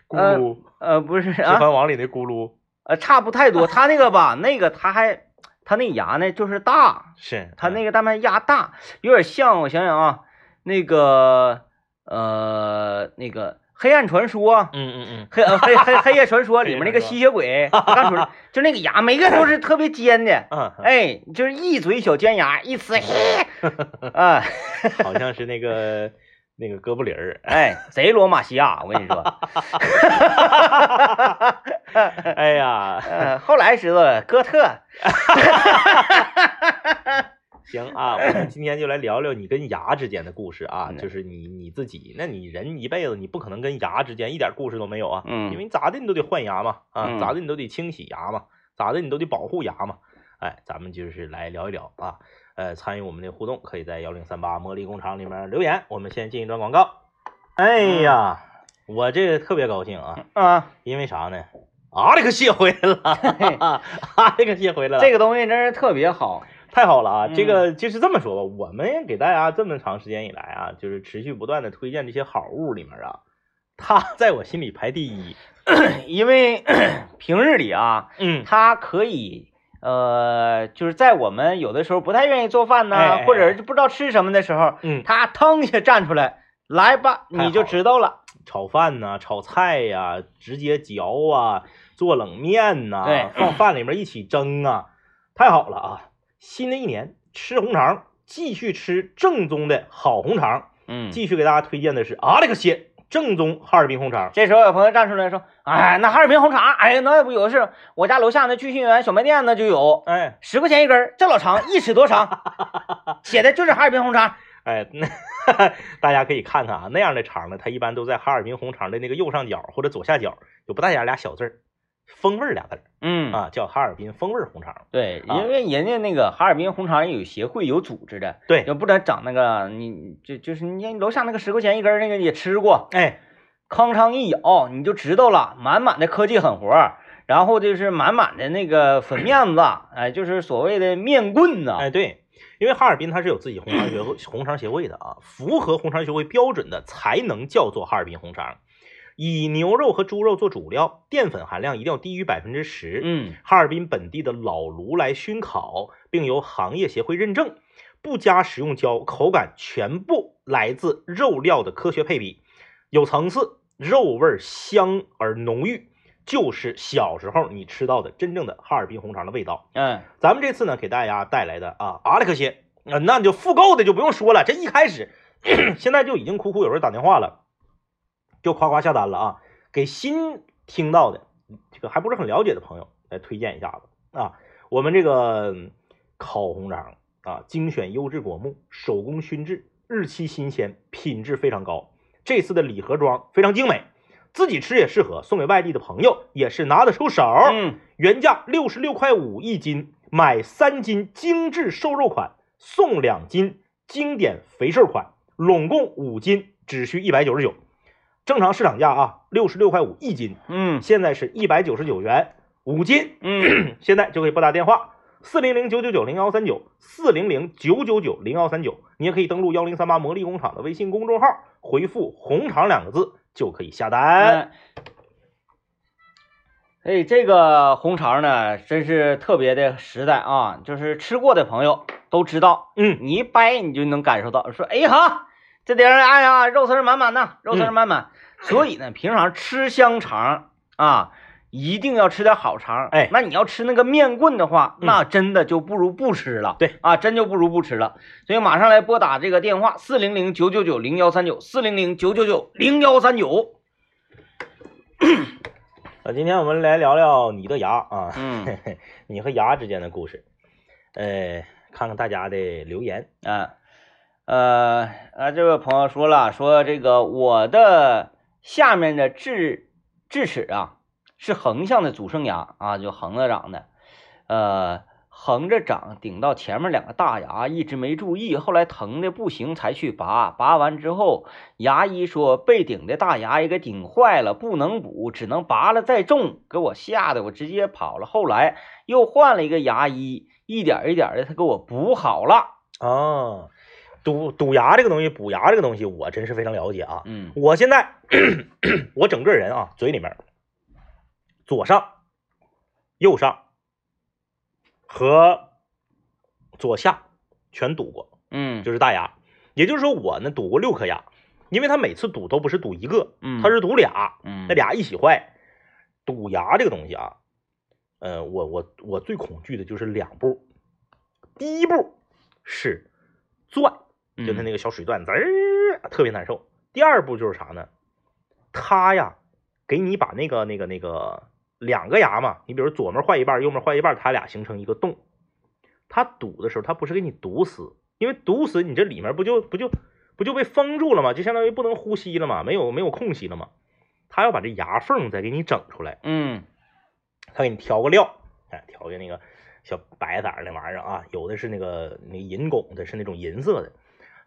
Speaker 2: 咕噜，
Speaker 1: 呃，不是
Speaker 2: 指
Speaker 1: 啊，
Speaker 2: 环王里的咕噜
Speaker 1: 呃，差不太多。他那个吧， 那个他还他那牙呢就是大，
Speaker 2: 是嗯
Speaker 1: 他那个大麦牙大，有点像我想想啊，那个呃那个黑暗传说。
Speaker 2: 嗯嗯
Speaker 1: 黑呃黑黑黑夜传说里面那
Speaker 2: 黑夜
Speaker 1: 个
Speaker 2: 传说
Speaker 1: 吸血鬼，他刚出来 就那个牙，每个都是特别尖的，
Speaker 2: 嗯嗯，
Speaker 1: 哎，就是一嘴小尖牙，一呲，嘿， 啊，
Speaker 2: 好像是那个那个哥布林儿，
Speaker 1: 哎，贼罗马西亚，我跟你说，
Speaker 2: 哎呀，
Speaker 1: 呃，后来知道了，哥特，
Speaker 2: 行 啊，我们今天就来聊聊你跟牙之间的故事啊，
Speaker 1: 嗯
Speaker 2: 就是你你自己，那你人一辈子你不可能跟牙之间一点故事都没有啊，
Speaker 1: 嗯
Speaker 2: 因为咋的你都得换牙嘛，啊，
Speaker 1: 嗯
Speaker 2: 咋的你都得清洗牙嘛，咋的你都得保护牙嘛，哎，咱们就是来聊一聊啊，呃，参与我们的互动，可以在幺零三八魔力工厂里面留言，我们先进一段广告。哎
Speaker 1: 嗯
Speaker 2: 呀，我这个特别高兴啊，
Speaker 1: 啊，
Speaker 2: 因为啥呢？阿里克谢回来了，阿里克谢回来了，
Speaker 1: 这个东西真是特别 好，
Speaker 2: 太好了啊！
Speaker 1: 嗯
Speaker 2: 这个就是这么说吧，我们给大家这么长时间以来啊，就是持续不断的推荐这些好物里面啊，它 在我心里排第一。
Speaker 1: 因为呃平日里啊，
Speaker 2: 嗯，
Speaker 1: 它可以。呃，就是在我们有的时候不太愿意做饭
Speaker 2: 哎哎
Speaker 1: 呐
Speaker 2: 哎，
Speaker 1: 或者是不知道吃什么的时候，
Speaker 2: 嗯
Speaker 1: 它腾一下站出来，来吧，
Speaker 2: 好
Speaker 1: 你就知道了。
Speaker 2: 炒饭呐、炒菜呀、直接嚼啊，做冷面呐、
Speaker 1: 对
Speaker 2: 放饭里面一起蒸啊，太好了啊！新的一年吃红肠，继续吃正宗的好红肠，
Speaker 1: 嗯
Speaker 2: 继续给大家推荐的是阿里克谢正宗哈尔滨红肠。
Speaker 1: 这时候有朋友站出来说：“哎，那哈尔滨红肠，哎，那不有的是，我家楼下那聚兴园小卖店那就有，
Speaker 2: 哎
Speaker 1: 十块钱一根儿，这老长，一尺多长， 写的就是哈尔滨红肠。
Speaker 2: 哎，那 大家可以看看啊，那样的肠呢，它一般都在哈尔滨红肠的那个右上角或者左下角有不大眼俩小字儿，风味儿俩字儿”
Speaker 1: 嗯，
Speaker 2: 啊，叫哈尔滨风味儿红肠。
Speaker 1: 对，
Speaker 2: 啊
Speaker 1: 因为人家那个哈尔滨红肠也有协会、有组织的，
Speaker 2: 对
Speaker 1: 要不然整那个你就就是你看楼下那个十块钱一根儿那个也吃过，
Speaker 2: 哎，
Speaker 1: 康昌一咬你就知道了，满满的科技狠活儿，然后就是满满的那个粉面子，哎，就是所谓的面棍子。
Speaker 2: 哎，对，因为哈尔滨它是有自己红肠协会、红肠协会的啊，符合红肠协会标准的才能叫做哈尔滨红肠。以牛肉和猪肉做主料，淀粉含量一定要低于百分之十。
Speaker 1: 嗯
Speaker 2: 哈尔滨本地的老炉来熏烤，并由行业协会认证，不加食用胶，口感全部来自肉料的科学配比，有层次，肉味儿香而浓郁，就是小时候你吃到的真正的哈尔滨红肠的味道。
Speaker 1: 嗯，
Speaker 2: 咱们这次呢，给大家带来的啊，阿里克谢，啊，那就复购的就不用说了，这一开始，现在就已经苦苦有人打电话了，就夸夸下单了啊，给新听到的这个还不是很了解的朋友来推荐一下子啊，我们这个嗯烤红肠啊，精选优质果木，手工熏制，日期新鲜，品质非常高，这次的礼盒装非常精美。自己吃也适合，送给外地的朋友也是拿得出手。
Speaker 1: 嗯，
Speaker 2: 原价六十六块五一斤，买三斤精致瘦肉款，送两斤经典肥瘦款，拢共五斤，只需一百九十九。正常市场价啊，六十六块五一斤，
Speaker 1: 嗯
Speaker 2: 现在是一百九十九元五斤，
Speaker 1: 嗯，
Speaker 2: 现在就可以拨打电话。四零零九九九零幺三九，四零零九九九零幺三九，你也可以登录幺零三八魔力工厂的微信公众号，回复“红肠”两个字就可以下单。
Speaker 1: 哎，所以这个红肠呢，真是特别的实在啊！就是吃过的朋友都知道，
Speaker 2: 嗯，
Speaker 1: 你一掰你就能感受到，说哎呀，这点儿哎呀，肉丝儿满满呐，肉丝
Speaker 2: 嗯
Speaker 1: 儿满满。所以呢，平常吃香肠啊，一定要吃点好肠。
Speaker 2: 哎
Speaker 1: 那你要吃那个面棍的话，
Speaker 2: 嗯
Speaker 1: 那真的就不如不吃了。
Speaker 2: 对
Speaker 1: 啊，真就不如不吃了。所以马上来拨打这个电话：四零零九九九零幺三九，四零零九九九零幺三九。
Speaker 2: 那呃今天我们来聊聊你的牙啊。
Speaker 1: 嗯。
Speaker 2: 你和牙之间的故事，呃，看看大家的留言。
Speaker 1: 啊，呃啊，这位朋友说了，说这个我的下面的智智齿啊是横向的阻生牙啊，就横着长的，呃，横着长，顶到前面两个大牙，一直没注意，后来疼的不行才去拔。拔完之后，牙医说被顶的大牙也给顶坏了，不能补，只能拔了再种。给我吓得我直接跑了。后来又换了一个牙医，一点一点的他给我补好了。
Speaker 2: 啊，堵堵牙这个东西，补牙这个东西，我真是非常了解啊。
Speaker 1: 嗯
Speaker 2: 我现在 我整个人啊，嘴里面左上、右上和左下全堵过，
Speaker 1: 嗯，
Speaker 2: 就是大牙。也就是说，我呢堵过六颗牙，因为他每次堵都不是堵一个，
Speaker 1: 嗯
Speaker 2: 他是堵俩，
Speaker 1: 嗯
Speaker 2: 那俩一起坏。堵牙这个东西啊，呃，我我我最恐惧的就是两步，第一步是钻，就
Speaker 1: 嗯
Speaker 2: 他那个小水钻，滋儿，啊特别难受。第二步就是啥呢？他呀，给你把那个那个那个两个牙嘛，你比如左面坏一半，右面坏一半，它俩形成一个洞。他堵的时候，他不是给你堵死，因为堵死你这里面不就不就不就被封住了吗？就相当于不能呼吸了嘛，没有没有空隙了嘛。他要把这牙缝再给你整出来，
Speaker 1: 嗯
Speaker 2: 他给你调个料，哎，调个那个小白色儿那玩意儿啊，有的是那个那银汞的，是那种银色的。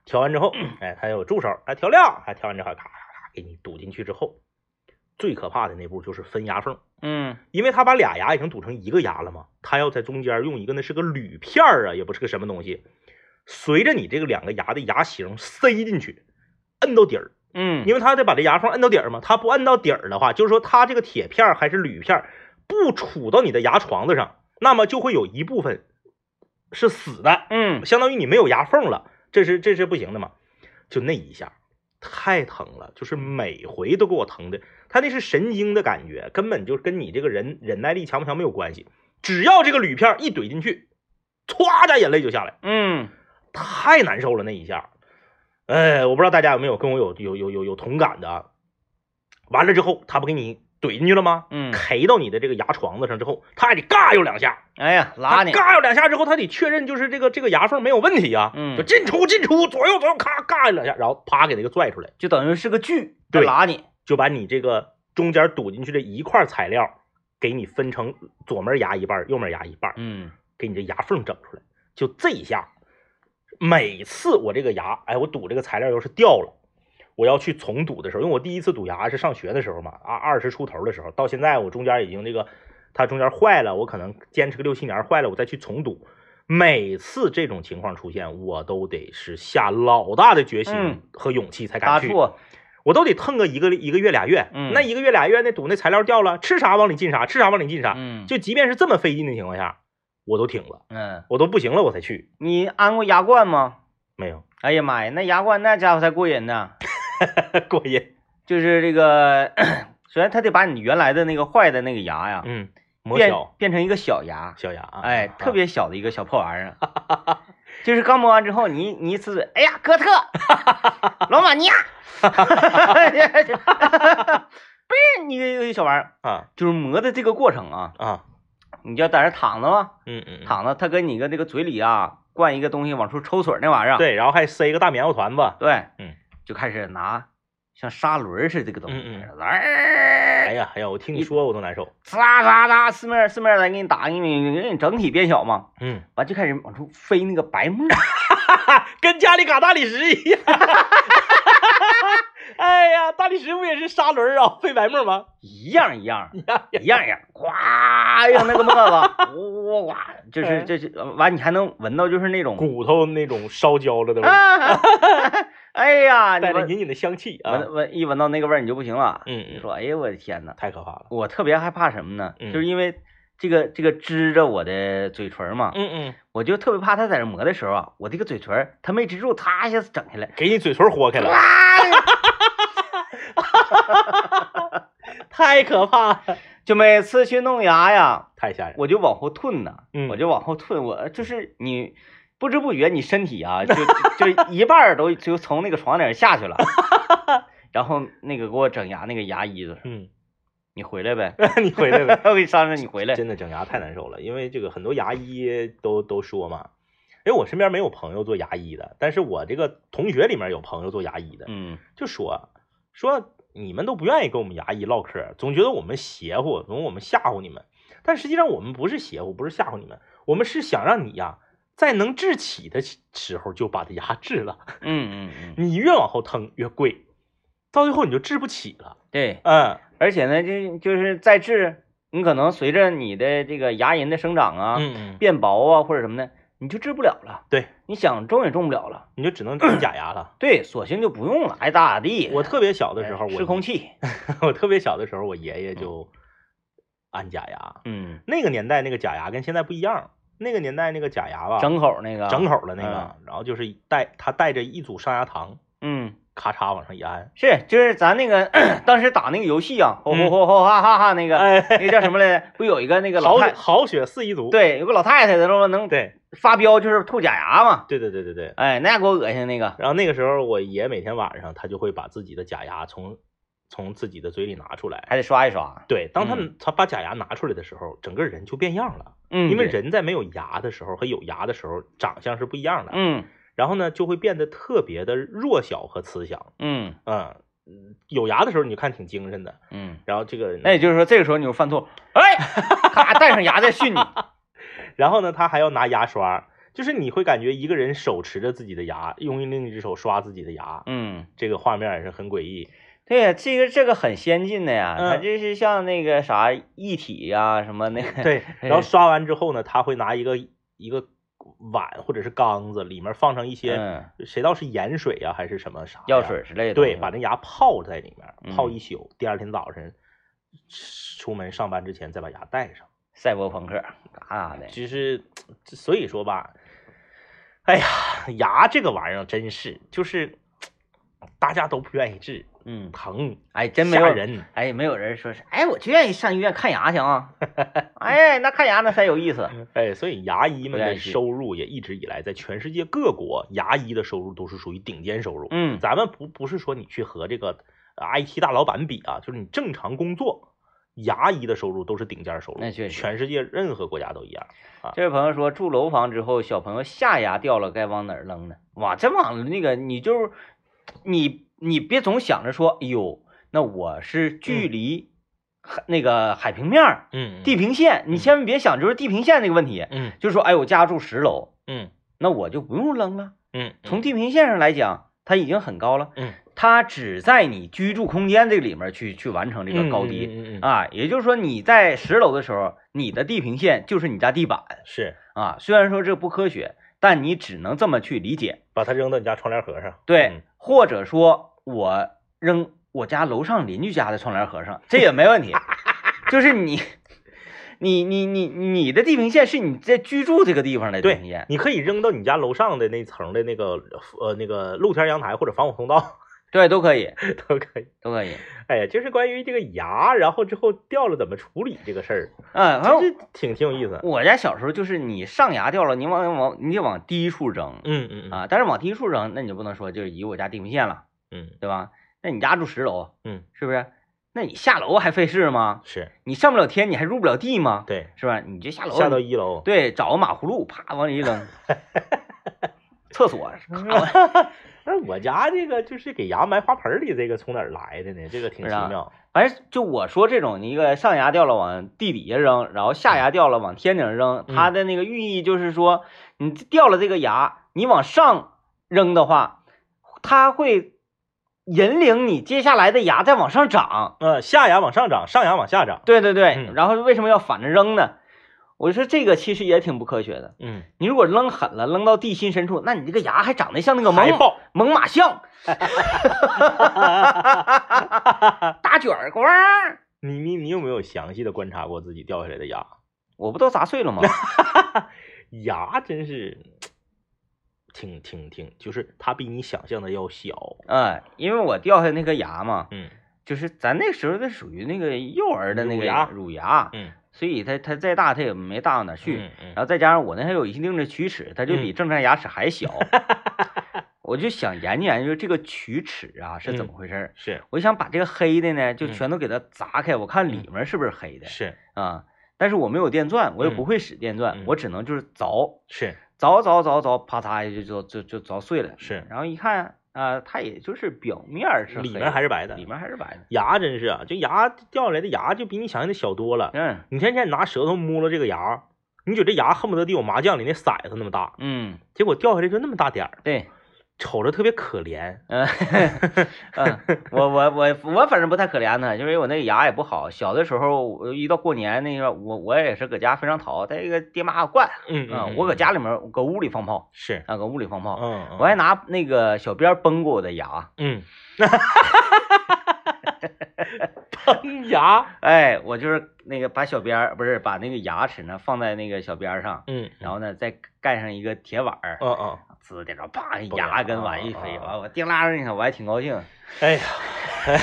Speaker 2: 调完之后，哎，它有助手，哎，调料，哎，调完之后，咔咔咔给你堵进去之后，最可怕的那步就是分牙缝，
Speaker 1: 嗯
Speaker 2: 因为他把俩牙已经堵成一个牙了嘛，他要在中间用一个那是个铝片儿啊，也不是个什么东西，随着你这个两个牙的牙形塞进去，摁到底儿，
Speaker 1: 嗯，
Speaker 2: 因为他得把这牙缝摁到底儿嘛，他不摁到底儿的话，就是说他这个铁片儿还是铝片儿不杵到你的牙床子上，那么就会有一部分是死的，
Speaker 1: 嗯
Speaker 2: 相当于你没有牙缝了，这是这是不行的嘛。就那一下太疼了，就是每回都给我疼的，他那是神经的感觉，根本就跟你这个人忍耐力强不强没有关系，只要这个铝片儿一怼进去，歘一下眼泪就下来。
Speaker 1: 嗯
Speaker 2: 太难受了那一下，哎，我不知道大家有没有跟我有有有有有同感的啊。完了之后，他不给你怼进去了吗？
Speaker 1: 嗯，
Speaker 2: k 到你的这个牙床子上之后，他还得嘎悠两下，
Speaker 1: 哎呀，拉
Speaker 2: 他
Speaker 1: 你，
Speaker 2: 嘎悠两下之后，他得确认就是这个这个牙缝没有问题啊，
Speaker 1: 嗯
Speaker 2: 就进出进出左右左右咔嘎悠两下，然后啪给那个拽出来，
Speaker 1: 就等于是个锯，
Speaker 2: 对
Speaker 1: 拉你，
Speaker 2: 就把你这个中间堵进去的一块材料给你分成左门牙一半，右门牙一半，
Speaker 1: 嗯
Speaker 2: 给你这牙缝整出来。就这一下，每次我这个牙，哎，我堵这个材料要是掉了，我要去重堵的时候，因为我第一次堵牙是上学的时候嘛，啊，二十出头的时候，到现在我中间已经这个，它中间坏了，我可能坚持个六七年坏了，我再去重堵。每次这种情况出现，我都得是下老大的决
Speaker 1: 嗯
Speaker 2: 心和勇气才
Speaker 1: 搭
Speaker 2: 敢去。
Speaker 1: 错，
Speaker 2: 我都得腾个一个一个月俩月，
Speaker 1: 嗯
Speaker 2: 那一个月俩月那堵那材料掉了，吃啥往里进啥，吃啥往里进啥，
Speaker 1: 嗯
Speaker 2: 啊就即便是这么费劲的情况下，我都挺了，
Speaker 1: 嗯，
Speaker 2: 我都不行了我才去，
Speaker 1: 你安过牙冠吗？
Speaker 2: 没有
Speaker 1: 哎呀妈呀，那牙冠那家伙才过瘾呢，
Speaker 2: 过瘾，
Speaker 1: 就是这个， 首先他得把你原来的那个坏的那个牙呀，
Speaker 2: 嗯，磨
Speaker 1: 变
Speaker 2: 小
Speaker 1: 变成一个小牙，
Speaker 2: 小牙啊，
Speaker 1: 哎，
Speaker 2: 啊
Speaker 1: 特别小的一个小破玩意儿， 就是刚磨完之后，你你一呲嘴，哎呀，哥特， 罗马尼亚， 不是你有一小玩意儿，
Speaker 2: 啊
Speaker 1: 就是磨的这个过程啊，
Speaker 2: 啊，
Speaker 1: 你就在那躺着嘛，
Speaker 2: 嗯嗯，嗯
Speaker 1: 躺着，他跟你个这个嘴里啊灌一个东西往出抽水那玩意儿，
Speaker 2: 对，然后还塞个大棉花团子，
Speaker 1: 对，
Speaker 2: 嗯，
Speaker 1: 就开始拿像砂轮儿似的这个东西，
Speaker 2: 嗯嗯哎
Speaker 1: 来，
Speaker 2: 呀哎呀，我听你
Speaker 1: 一
Speaker 2: 说我都 难受，
Speaker 1: 扎扎扎，四面四面来给你打，给你给你整体变小嘛，
Speaker 2: 嗯，
Speaker 1: 完就开始往出飞那个白沫儿，
Speaker 2: 跟家里嘎大理石一样， 哎呀，大理石不也是砂轮啊，费白沫吗？
Speaker 1: 一样一样一样一样，哗，用那个沫 子，哇哇，就是
Speaker 2: 哎
Speaker 1: 就是，呃完你还能闻到就是那种，
Speaker 2: 骨头那种烧焦了的味儿，
Speaker 1: 啊， 哎呀，你
Speaker 2: 带着
Speaker 1: 闻
Speaker 2: 隐隐的香气啊
Speaker 1: 闻，闻一闻到那个味儿你就不行了，
Speaker 2: 嗯
Speaker 1: 你
Speaker 2: 嗯。
Speaker 1: 说哎呀我的天呐，
Speaker 2: 太可怕了。
Speaker 1: 我特别害怕什么呢？
Speaker 2: 嗯
Speaker 1: 就是因为这个这个支着我的嘴唇嘛，
Speaker 2: 嗯嗯，
Speaker 1: 我就特别怕它在这磨的时候啊，我这个嘴唇儿它没支住，它一下子整下来，
Speaker 2: 给你嘴唇豁开
Speaker 1: 啊
Speaker 2: 了，
Speaker 1: 哇！
Speaker 2: 太可怕了，
Speaker 1: 就每次去弄牙呀，
Speaker 2: 太吓人了。
Speaker 1: 我就往后退呐，
Speaker 2: 嗯
Speaker 1: 我就往后退，我就是你不知不觉你身体啊，就就就一半儿都就从那个床顶儿下去 了，然后那个给我整牙那个牙医就说
Speaker 2: 嗯，
Speaker 1: 你回来呗，
Speaker 2: 你回来了，
Speaker 1: 我给你商量你回来，
Speaker 2: 真的整牙太难受了，因为这个很多牙医都都说嘛，因为我身边没有朋友做牙医的，但是我这个同学里面有朋友做牙医的，
Speaker 1: 嗯
Speaker 2: 就说说你们都不愿意跟我们牙医唠嗑，总觉得我们邪乎，总我们吓唬你们。但实际上我们不是邪乎，不是吓唬你们，我们是想让你呀、在能治起的时候就把牙治了。
Speaker 1: 嗯嗯嗯，
Speaker 2: 你越往后腾越贵，到最后你就治不起了。
Speaker 1: 对，
Speaker 2: 嗯
Speaker 1: 而且呢，就就是再治，你可能随着你的这个牙龈的生长啊、
Speaker 2: 嗯嗯，
Speaker 1: 变薄啊或者什么的，你就治不了了。
Speaker 2: 对，
Speaker 1: 你想种也种不了了。
Speaker 2: 你就只能整假牙了。
Speaker 1: 对，索性就不用了，爱咋咋地。
Speaker 2: 我特别小的时候，
Speaker 1: 哎
Speaker 2: 我
Speaker 1: 吃空气。
Speaker 2: 我特别小的时候，我爷爷就安假牙。
Speaker 1: 嗯，
Speaker 2: 那个年代那个假牙跟现在不一样，那个年代那个假牙吧，整
Speaker 1: 整嗯口那个。
Speaker 2: 整。口的那个，然后就是带他带着一组上牙膛，
Speaker 1: 嗯，
Speaker 2: 咔嚓往上一按。
Speaker 1: 是，就是咱那个 当时打那个游戏啊，吼吼吼吼哈哈哈那个。
Speaker 2: 嗯 哎，
Speaker 1: 那个叫什么来着？不有一个那个老
Speaker 2: 好
Speaker 1: 太，
Speaker 2: 好雪四一族。
Speaker 1: 对，有个老太太的时候能
Speaker 2: 对
Speaker 1: 发飙，就是吐假牙嘛。
Speaker 2: 对对对对对。
Speaker 1: 哎，那给我恶心那个。
Speaker 2: 然后那个时候，我爷每天晚上他就会把自己的假牙从从自己的嘴里拿出来。
Speaker 1: 还得刷一刷。
Speaker 2: 对，当他、
Speaker 1: 嗯
Speaker 2: 他把假牙拿出来的时候，整个人就变样了，
Speaker 1: 嗯
Speaker 2: 因为
Speaker 1: 对
Speaker 2: 人在没有牙的时候和有牙的时候长相是不一样的。
Speaker 1: 嗯
Speaker 2: 然后呢，就会变得特别的弱小和慈祥。
Speaker 1: 嗯
Speaker 2: 嗯，有牙的时候你就看挺精神的，
Speaker 1: 嗯，
Speaker 2: 然后这个
Speaker 1: 那也就是说，这个时候你就犯错，哎，咔带上牙再训你。
Speaker 2: 然后呢，他还要拿牙刷，就是你会感觉一个人手持着自己的牙，用另一只手刷自己的牙，
Speaker 1: 嗯，
Speaker 2: 这个画面也是很 诡异。
Speaker 1: 对呀，这个这个很先进的呀，
Speaker 2: 嗯
Speaker 1: 它这是像那个啥一体呀，什么那个，
Speaker 2: 对，然
Speaker 1: 哎
Speaker 2: 后刷完之后呢，他会拿一个一个碗或者是缸子，里面放上一些，
Speaker 1: 嗯，
Speaker 2: 谁道是盐水呀、还是什么啥呀
Speaker 1: 药水？之类的东西。
Speaker 2: 对，把那牙泡在里面，泡
Speaker 1: 嗯
Speaker 2: 一宿，第二天早晨出门上班之前再把牙带上。
Speaker 1: 赛博朋克干啥的？
Speaker 2: 就是所以说吧，哎呀，牙这个玩意儿真是就是大家都不愿意治，
Speaker 1: 嗯，
Speaker 2: 疼，
Speaker 1: 哎，真没
Speaker 2: 吓
Speaker 1: 有，
Speaker 2: 人。
Speaker 1: 哎，没有人说是，哎，我就愿意上医院看牙去啊。哎，那看牙那才有意思。
Speaker 2: 哎，所以牙医
Speaker 1: 嗯
Speaker 2: 们
Speaker 1: 不愿
Speaker 2: 的
Speaker 1: 意治
Speaker 2: 收入也一直以来在全世界各国，牙医的收入都是属于顶尖收入。
Speaker 1: 嗯
Speaker 2: 咱们不不是说你去和这个呃 IT 大老板比啊，就是你正常工作，牙医的收入都是顶尖收入，
Speaker 1: 那确实
Speaker 2: 全世界任何国家都一样。
Speaker 1: 这位朋友说，住楼房之后，小朋友下牙掉了，该往哪儿扔呢？哇，真往那个，你就是你，你别总想着说，哎呦，那我是距离海、那个海平面儿、
Speaker 2: 嗯
Speaker 1: 地平线，你千万别想就是地平线那个问题，
Speaker 2: 嗯
Speaker 1: 就说，哎，我家住十楼，
Speaker 2: 嗯
Speaker 1: 那我就不用扔了。
Speaker 2: 嗯，
Speaker 1: 从地平线上来讲，它已经很高了，
Speaker 2: 嗯
Speaker 1: 它只在你居住空间这里面去去完成这个高低。
Speaker 2: 嗯嗯嗯嗯
Speaker 1: 啊，也就是说你在十楼的时候，你的地平线就是你家地板，
Speaker 2: 是
Speaker 1: 啊，虽然说这不科学，但你只能这么去理解。
Speaker 2: 把它扔到你家窗帘盒上。
Speaker 1: 对，
Speaker 2: 嗯
Speaker 1: 或者说我扔我家楼上邻居家的窗帘盒上，这也没问题。就是你，你你你你的地平线是你在居住这个地方的地
Speaker 2: 对
Speaker 1: 平线，
Speaker 2: 你可以扔到你家楼上的那层的那个呃那个露天阳台或者防火通道
Speaker 1: 对都可以，
Speaker 2: 都可以。
Speaker 1: 都可以。
Speaker 2: 哎呀，就是关于这个牙，然后之后掉了怎么处理这个事儿，
Speaker 1: 嗯，反
Speaker 2: 其
Speaker 1: 正
Speaker 2: 实挺挺有意思。
Speaker 1: 我家小时候就是你上牙掉了，你往往你得往低处扔
Speaker 2: 嗯嗯嗯
Speaker 1: 啊，但是往低处扔，那你就不能说就是以我家地平线了，
Speaker 2: 嗯，
Speaker 1: 对吧？那你家住十楼，
Speaker 2: 嗯，
Speaker 1: 是不是？那你下楼还费事吗？
Speaker 2: 是
Speaker 1: 你上不了天，你还入不了地吗？
Speaker 2: 对，
Speaker 1: 是吧？你就下楼，
Speaker 2: 下到一楼，
Speaker 1: 对，找个马葫芦，啪往里一 扔，厕所，啊咔
Speaker 2: 那我家这个就是给牙埋花盆儿里，这个从哪儿来的呢？这个挺
Speaker 1: 不
Speaker 2: 奇
Speaker 1: 知道
Speaker 2: 妙。
Speaker 1: 反正哎就我说这种，你一个上牙掉了往地底下扔，然后下牙掉了往天顶上扔，
Speaker 2: 嗯
Speaker 1: 它的那个寓意就是说，你掉了这个牙，你往上扔的话，它会引领你接下来的牙再往上长。
Speaker 2: 呃，下牙往上长，上牙往下长。
Speaker 1: 对对对，
Speaker 2: 嗯
Speaker 1: 然后为什么要反着扔呢？我说这个其实也挺不科学的。
Speaker 2: 嗯，
Speaker 1: 你如果扔狠了，扔到地心深处，那你这个牙还长得像那个
Speaker 2: 还
Speaker 1: 猛
Speaker 2: 爆。
Speaker 1: 猛犸 象， 打卷儿呱儿，
Speaker 2: 你你你有没有详细的观察过自己掉下来的牙？
Speaker 1: 我不都砸碎了吗？
Speaker 2: 牙真是挺挺挺，就是它比你想象的要小。
Speaker 1: 嗯，因为我掉下那颗牙嘛，
Speaker 2: 嗯
Speaker 1: 就是咱那时候那属于那个幼儿的那个
Speaker 2: 乳牙
Speaker 1: 乳牙，
Speaker 2: 嗯，
Speaker 1: 所以它它再大它也没大到哪儿去。
Speaker 2: 嗯嗯
Speaker 1: 然后再加上我那还有一定的龋齿，它就比
Speaker 2: 嗯
Speaker 1: 正常牙齿还 小。我就想研究研究这个龋齿啊是怎么回事儿。
Speaker 2: 是
Speaker 1: 我想把这个黑的呢，就
Speaker 2: 嗯
Speaker 1: 全都给它砸开，我看里面是不是黑的
Speaker 2: 是
Speaker 1: 啊？但是我没有电钻，我也不
Speaker 2: 嗯
Speaker 1: 会使电钻，
Speaker 2: 嗯
Speaker 1: 我只能就是凿，
Speaker 2: 是
Speaker 1: 凿凿凿凿，啪嚓就就就就凿碎了。
Speaker 2: 是，
Speaker 1: 然后一看啊，啊，它也就是表面是
Speaker 2: 里
Speaker 1: 黑
Speaker 2: 面还是白的
Speaker 1: 里。面还是白的。
Speaker 2: 牙真是啊，就牙掉下来的牙就比你想象的小多了。
Speaker 1: 嗯
Speaker 2: 你天天拿舌头摸了这个牙，你觉得这牙恨不得得有麻将里那骰子那么大，
Speaker 1: 嗯，
Speaker 2: 结果掉下来就那么大点儿，
Speaker 1: 对，
Speaker 2: 瞅着特别可怜。
Speaker 1: 嗯嗯，我我我我反正不太可怜它，因为我那牙也不好。小的时候，我一到过年那个，我我也是搁家非常淘，再一个爹妈惯
Speaker 2: 嗯
Speaker 1: 啊，我搁家里面搁屋里放炮
Speaker 2: 是，
Speaker 1: 啊，搁屋里放炮，
Speaker 2: 嗯，嗯
Speaker 1: 我还拿那个小鞭儿崩过我的牙，
Speaker 2: 嗯，崩牙，
Speaker 1: 哎，我就是那个把小鞭儿不是把那个牙齿呢放在那个小鞭儿上，
Speaker 2: 嗯，
Speaker 1: 然后呢再盖上一个铁碗儿，
Speaker 2: 嗯嗯，
Speaker 1: 呲点着，啪，
Speaker 2: 崩
Speaker 1: 牙
Speaker 2: 了
Speaker 1: 跟
Speaker 2: 啊
Speaker 1: 碗一
Speaker 2: 啊
Speaker 1: 飞，
Speaker 2: 啊
Speaker 1: 完我叮啦一下，我还挺高兴。
Speaker 2: 哎 呀。呃，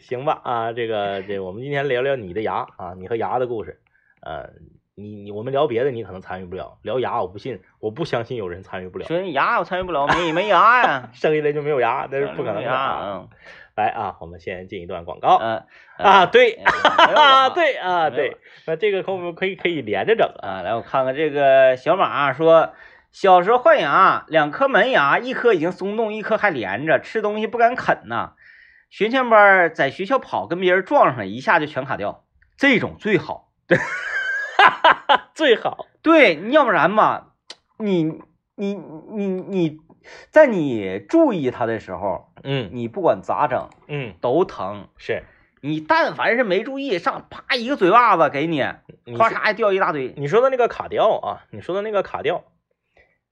Speaker 2: 行吧啊，这个这我们今天聊聊你的牙啊，你和牙的故事。呃，你你我们聊别的你可能参与不了，聊牙我不信，我不相信有人参与不了，，
Speaker 1: 说牙我参与不了，没没牙呀
Speaker 2: 生下来 就没有牙，那是不可能
Speaker 1: 没
Speaker 2: 的
Speaker 1: 牙。
Speaker 2: 啊。
Speaker 1: 嗯，
Speaker 2: 来啊，我们先进一段广告
Speaker 1: 呃
Speaker 2: 啊，，对啊，
Speaker 1: 啊
Speaker 2: 对啊，
Speaker 1: 没有
Speaker 2: 对，那这个可我们可以可以连着整啊。
Speaker 1: 啊，来我看看这个小马啊说，小时候换牙，两颗门牙，一颗已经松动，一颗还连着，吃东西不敢啃呐。学前班儿在学校跑，跟别人撞上，一下就全卡掉，这种最好。
Speaker 2: 最好，
Speaker 1: 对，你要不然吧，你你你你，在你注意它的时候，
Speaker 2: 嗯
Speaker 1: 你不管咋整
Speaker 2: 嗯，
Speaker 1: 都疼。
Speaker 2: 是
Speaker 1: 你但凡是没注意，上啪一个嘴巴子给你，
Speaker 2: 你
Speaker 1: 咔
Speaker 2: 说
Speaker 1: 嚓掉一大堆。
Speaker 2: 你说的那个卡调啊，你说的那个卡调，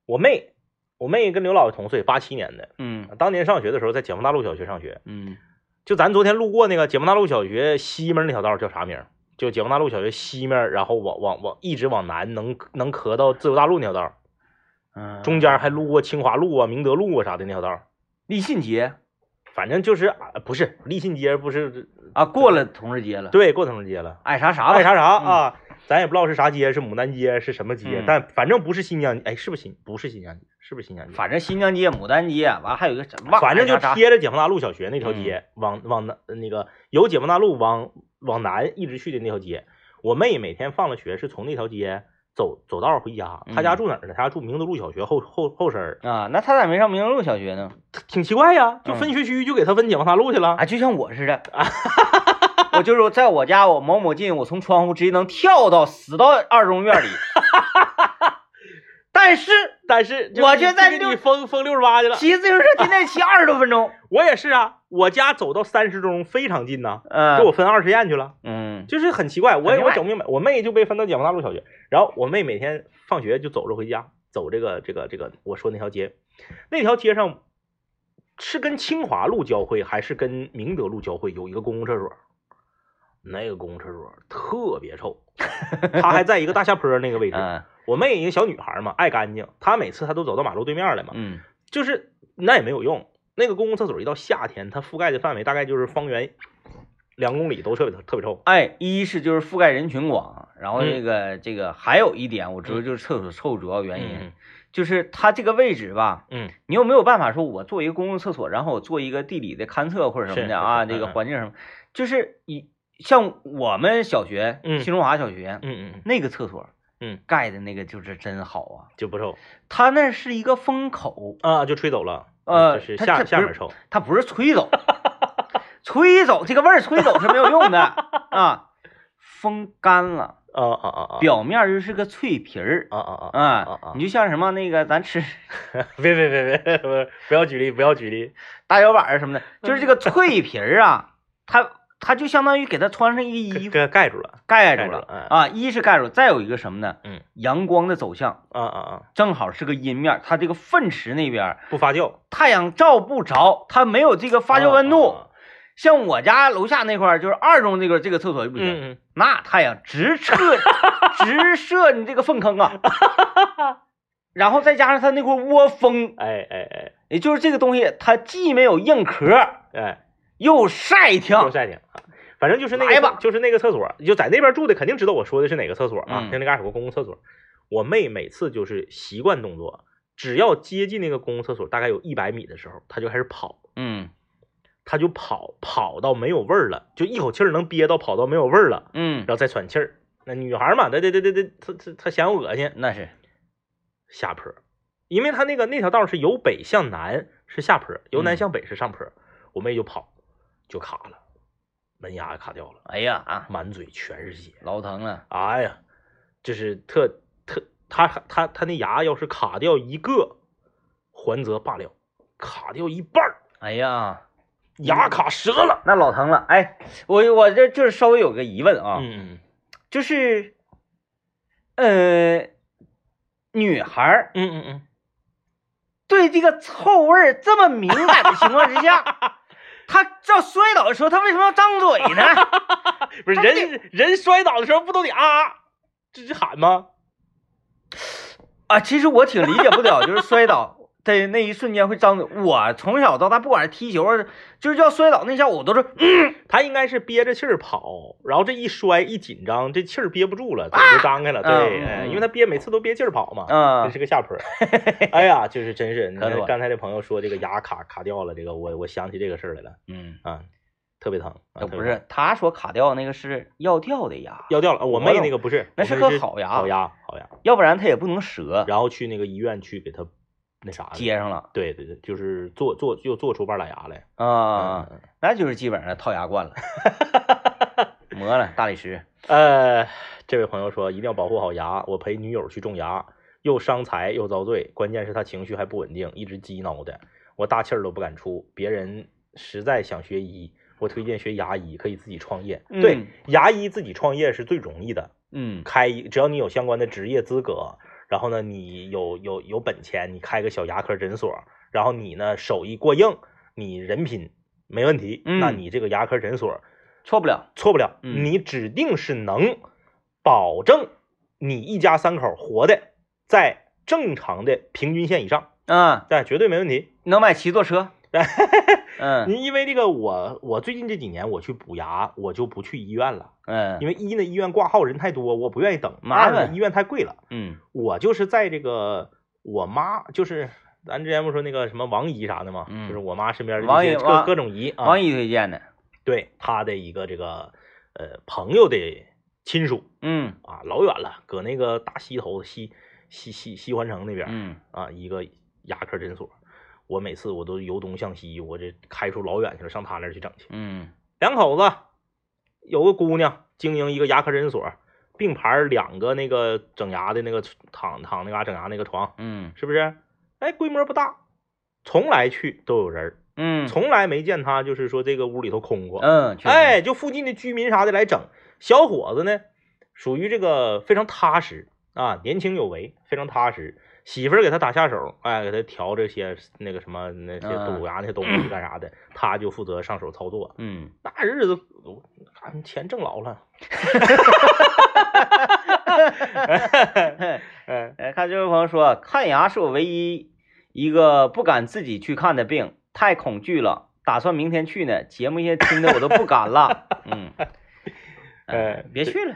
Speaker 2: 我妹，我妹跟刘老师同岁，八七年的，
Speaker 1: 嗯
Speaker 2: 当年上学的时候在解放大路小学上学，
Speaker 1: 嗯
Speaker 2: 就咱昨天路过那个解放大路小学西面那条道叫啥名儿？就解放大路小学西面，然后往往往一直往南，能能咳到自由大路那条道，
Speaker 1: 嗯，
Speaker 2: 中间还路过清华路啊、明德路啊啥的那条道，
Speaker 1: 立信节
Speaker 2: 反正就是啊不是立信街，不是
Speaker 1: 啊，过了同志街了，
Speaker 2: 对过同志街了。
Speaker 1: 爱啥啥吧，
Speaker 2: 爱啥啥
Speaker 1: 嗯
Speaker 2: 啊，咱也不知道是啥街，是牡丹街，是什么街，
Speaker 1: 嗯
Speaker 2: 但反正不是新疆，哎，是不是新？不是新疆街，是不是新疆街？
Speaker 1: 反正新疆街、牡丹街，完还有一个什么，
Speaker 2: 反正就
Speaker 1: 爱嗯啥啥
Speaker 2: 贴着解放大路小学那条街，往往南那个由解放大路往往南一直去的那条街。我妹每天放了学是从那条街走走道回家，她家
Speaker 1: 嗯
Speaker 2: 住哪儿呢？她家住明德路小学后后后身儿，
Speaker 1: 啊。那他咋没上明路小学呢？
Speaker 2: 挺奇怪呀，就
Speaker 1: 嗯
Speaker 2: 分学区就给她分解放大路去了。
Speaker 1: 啊，就像我似 的，我就是在我家我某某进，我从窗户直接能跳到死到二中 院里，但是
Speaker 2: 但是就
Speaker 1: 我
Speaker 2: 给
Speaker 1: 却
Speaker 2: 你
Speaker 1: 在
Speaker 2: 给
Speaker 1: 六
Speaker 2: 你封封六十八去了。
Speaker 1: 骑自行车今天骑二十多分 钟，
Speaker 2: 我也是啊，我家走到三十中非常近呐，
Speaker 1: 嗯，
Speaker 2: 给我分二实验去了。
Speaker 1: 嗯
Speaker 2: 就是很奇怪，我也
Speaker 1: 很奇
Speaker 2: 我
Speaker 1: 怪
Speaker 2: 整不明白，我妹就被分到解放大路小学，然后我妹每天放学就走着回家，走这个这个这个我说那条街，那条街上是跟清华路交汇还是跟明德路交汇？有一个公共厕所，那个公共厕所特别臭，它还在一个大下坡那个位置。
Speaker 1: 嗯
Speaker 2: 我妹一个小女孩嘛，爱干净，她每次她都走到马路对面来嘛，
Speaker 1: 嗯
Speaker 2: 就是那也没有用。那个公共厕所一到夏天，它覆盖的范围大概就是方圆两公里都特别特别臭。
Speaker 1: 哎，一是就是覆盖人群广，然后
Speaker 2: 嗯
Speaker 1: 这个、这个还有一点，我知道就是厕所臭主要原因，
Speaker 2: 嗯
Speaker 1: 就是它这个位置吧，
Speaker 2: 嗯，
Speaker 1: 你有没有办法说我做一个公共厕所，然后我做一个地理的勘测或者什么
Speaker 2: 是
Speaker 1: 的啊，
Speaker 2: 是是
Speaker 1: 这个
Speaker 2: 嗯嗯
Speaker 1: 环境什么，就是一像我们小学，
Speaker 2: 嗯
Speaker 1: 新中华小学、
Speaker 2: 嗯嗯，
Speaker 1: 那个厕所，
Speaker 2: 嗯，
Speaker 1: 盖的那个就是真好啊，
Speaker 2: 就不臭
Speaker 1: 它那是一个风口，
Speaker 2: 啊，就吹走了。嗯
Speaker 1: 呃
Speaker 2: 就是
Speaker 1: 它
Speaker 2: 下
Speaker 1: 这
Speaker 2: 下
Speaker 1: 不是
Speaker 2: 面臭。
Speaker 1: 它不是吹走， 吹走这个味儿吹走是没有用的啊，风干了。
Speaker 2: 啊啊啊啊！
Speaker 1: 表面儿就是个脆皮儿
Speaker 2: 啊啊啊！啊啊
Speaker 1: 啊，你就像什么那个咱吃
Speaker 2: 别别别别， 不不要举例，不要举例。
Speaker 1: 大脚板儿什么的，就是这个脆皮儿啊，它它就相当于给它穿上一个衣服
Speaker 2: 给盖住了。
Speaker 1: 盖
Speaker 2: 盖
Speaker 1: 住
Speaker 2: 住
Speaker 1: 了
Speaker 2: 了哎
Speaker 1: 啊，一是盖住，再有一个什么呢？
Speaker 2: 嗯，
Speaker 1: 阳光的走向
Speaker 2: 啊啊啊！
Speaker 1: 正好是个阴面儿，它这个粪池那边儿
Speaker 2: 不发酵，哦
Speaker 1: 太阳照不着，它没有这个发酵温度。像我家楼下那块儿，就是二中那个这个厕所就不行，
Speaker 2: 嗯嗯，
Speaker 1: 那太阳直射直射你这个粪坑啊，然后再加上它那块窝风，
Speaker 2: 哎哎哎
Speaker 1: 也就是这个东西，它既没有硬壳，啊
Speaker 2: 哎，
Speaker 1: 又晒挺。
Speaker 2: 多晒挺啊！反正就是那个，就是那个厕所，就在那边住的肯定知道我说的是哪个厕所
Speaker 1: 嗯
Speaker 2: 啊？就那嘎属公共厕所。我妹每次就是习惯动作，只要接近那个公共厕所大概有一百米的时候，她就开始跑。
Speaker 1: 嗯
Speaker 2: 他就跑，跑到没有味儿了，就一口气儿能憋到跑到没有味儿了，
Speaker 1: 嗯
Speaker 2: 然，后再喘气儿。那女孩儿嘛，她她她她她她她嫌我恶心，
Speaker 1: 那是
Speaker 2: 下坡儿因为他那个那条道是由北向南是下坡，由南
Speaker 1: 嗯
Speaker 2: 向北是上坡，我妹就跑，就卡了，门牙卡掉了，
Speaker 1: 哎呀啊，
Speaker 2: 满嘴全是血，
Speaker 1: 老疼了，
Speaker 2: 哎呀，就是特特他他他那牙要是卡掉一个，还则罢了，卡掉一半儿
Speaker 1: 哎呀，
Speaker 2: 牙卡折了，
Speaker 1: 那老疼了。哎，我我这就是稍微有个疑问啊，
Speaker 2: 嗯
Speaker 1: 就是，呃，女孩儿
Speaker 2: 嗯嗯嗯
Speaker 1: 对这个臭味儿这么敏感的情况之下，她要摔倒的时候，她为什么要张嘴呢？
Speaker 2: 嗯，不是
Speaker 1: 他们
Speaker 2: 人人摔倒的时候不都得啊，这这喊吗？
Speaker 1: 啊，其实我挺理解不了，就是摔倒的那一瞬间会张嘴。我从小到大，不管是踢球，啊就是要摔倒那下，我都是
Speaker 2: 他应该是憋着气儿跑，然后这一摔一紧张，这气儿憋不住了，嘴就张开了。对，
Speaker 1: 啊嗯
Speaker 2: 哎
Speaker 1: 嗯
Speaker 2: 因为他憋每次都憋气儿跑嘛，
Speaker 1: 嗯
Speaker 2: 这是个 下坡。哎呀，就是真是，你
Speaker 1: 可
Speaker 2: 看
Speaker 1: 暖
Speaker 2: 刚才这朋友说这个牙卡卡掉了，这个我我想起这个事儿来了
Speaker 1: 嗯，
Speaker 2: 啊，特别疼啊，
Speaker 1: 呃
Speaker 2: 特别
Speaker 1: 不
Speaker 2: 疼
Speaker 1: 是，他说卡掉那个是药掉的牙，
Speaker 2: 要掉了。我妹
Speaker 1: 我懂
Speaker 2: 那个不是，
Speaker 1: 那
Speaker 2: 我
Speaker 1: 是
Speaker 2: 妹
Speaker 1: 颗
Speaker 2: 是
Speaker 1: 好牙
Speaker 2: 好牙，好牙。
Speaker 1: 要不然他也不能折，
Speaker 2: 然后去那个医院去给他那啥的，
Speaker 1: 接上了
Speaker 2: 对对对，就是做做又做出半拉牙来。
Speaker 1: 啊，
Speaker 2: 嗯，
Speaker 1: 那就是基本上套牙 冠了，磨了大理石。
Speaker 2: 呃，这位朋友说一定要保护好牙，我陪女友去种牙，又伤财又遭罪，关键是她情绪还不稳定，一直激挠的，我大气儿都不敢出。别人实在想学医，我推荐学牙医，可以自己创业。对
Speaker 1: 嗯，
Speaker 2: 牙医自己创业是最容易的，
Speaker 1: 嗯
Speaker 2: 开一只要你有相关的职业资格，然后呢，你有有有本钱，你开个小牙科诊所，然后你呢手艺过硬，你人品没问题，那
Speaker 1: 嗯
Speaker 2: 你这个牙科诊所
Speaker 1: 错不了。
Speaker 2: 错不了，
Speaker 1: 嗯
Speaker 2: 你指定是能保证你一家三口活的在正常的平均线以上，
Speaker 1: 啊，
Speaker 2: 但绝对没问题。
Speaker 1: 能买七座 车。嗯
Speaker 2: 因为这个我我最近这几年我去补牙，我就不去医院了，因
Speaker 1: 嗯
Speaker 2: 为一呢医院挂号人太多，我不愿意等；
Speaker 1: 麻
Speaker 2: 二
Speaker 1: 烦
Speaker 2: 呢医院太贵了，
Speaker 1: 嗯
Speaker 2: 我就是在这个我妈就是。咱之前不说那个什么王姨啥的吗？
Speaker 1: 嗯
Speaker 2: 就是我妈身边的
Speaker 1: 王
Speaker 2: 一些
Speaker 1: 姨
Speaker 2: 各
Speaker 1: 王
Speaker 2: 各种姨啊，
Speaker 1: 王姨推荐的。
Speaker 2: 对她的一个这个呃朋友的亲属，
Speaker 1: 嗯
Speaker 2: 啊，老远了，搁那个大西头西西西西环城那边儿
Speaker 1: 嗯
Speaker 2: 啊，一个牙科诊所。我每次我都由东向西，我这开出老远去了，上他那儿去整去。
Speaker 1: 嗯
Speaker 2: 两口子有个姑娘经营一个牙科诊所，并排儿两个那个整牙的那个躺躺那嘎、整牙那个床，
Speaker 1: 嗯
Speaker 2: 是不是？哎，规模不大，从来去都有人儿，
Speaker 1: 嗯，
Speaker 2: 从来没见他就是说这个屋里头空过。
Speaker 1: 嗯确实
Speaker 2: 哎，就附近的居民啥的来整。小伙子呢，属于这个非常踏实啊，年轻有为，非常踏实。媳妇儿给他打下手，哎，给他调这些那个什么那些
Speaker 1: 嗯
Speaker 2: 补牙那些东西干啥的，他就负责上手操作。
Speaker 1: 嗯
Speaker 2: 那日子，我看钱挣老了， 嗯，
Speaker 1: 哎，看这位朋友说，看牙是我唯一一个不敢自己去看的病，太恐惧了。打算明天去呢，节目现在听的我都不敢 了。嗯，
Speaker 2: 哎
Speaker 1: 呃，别去了。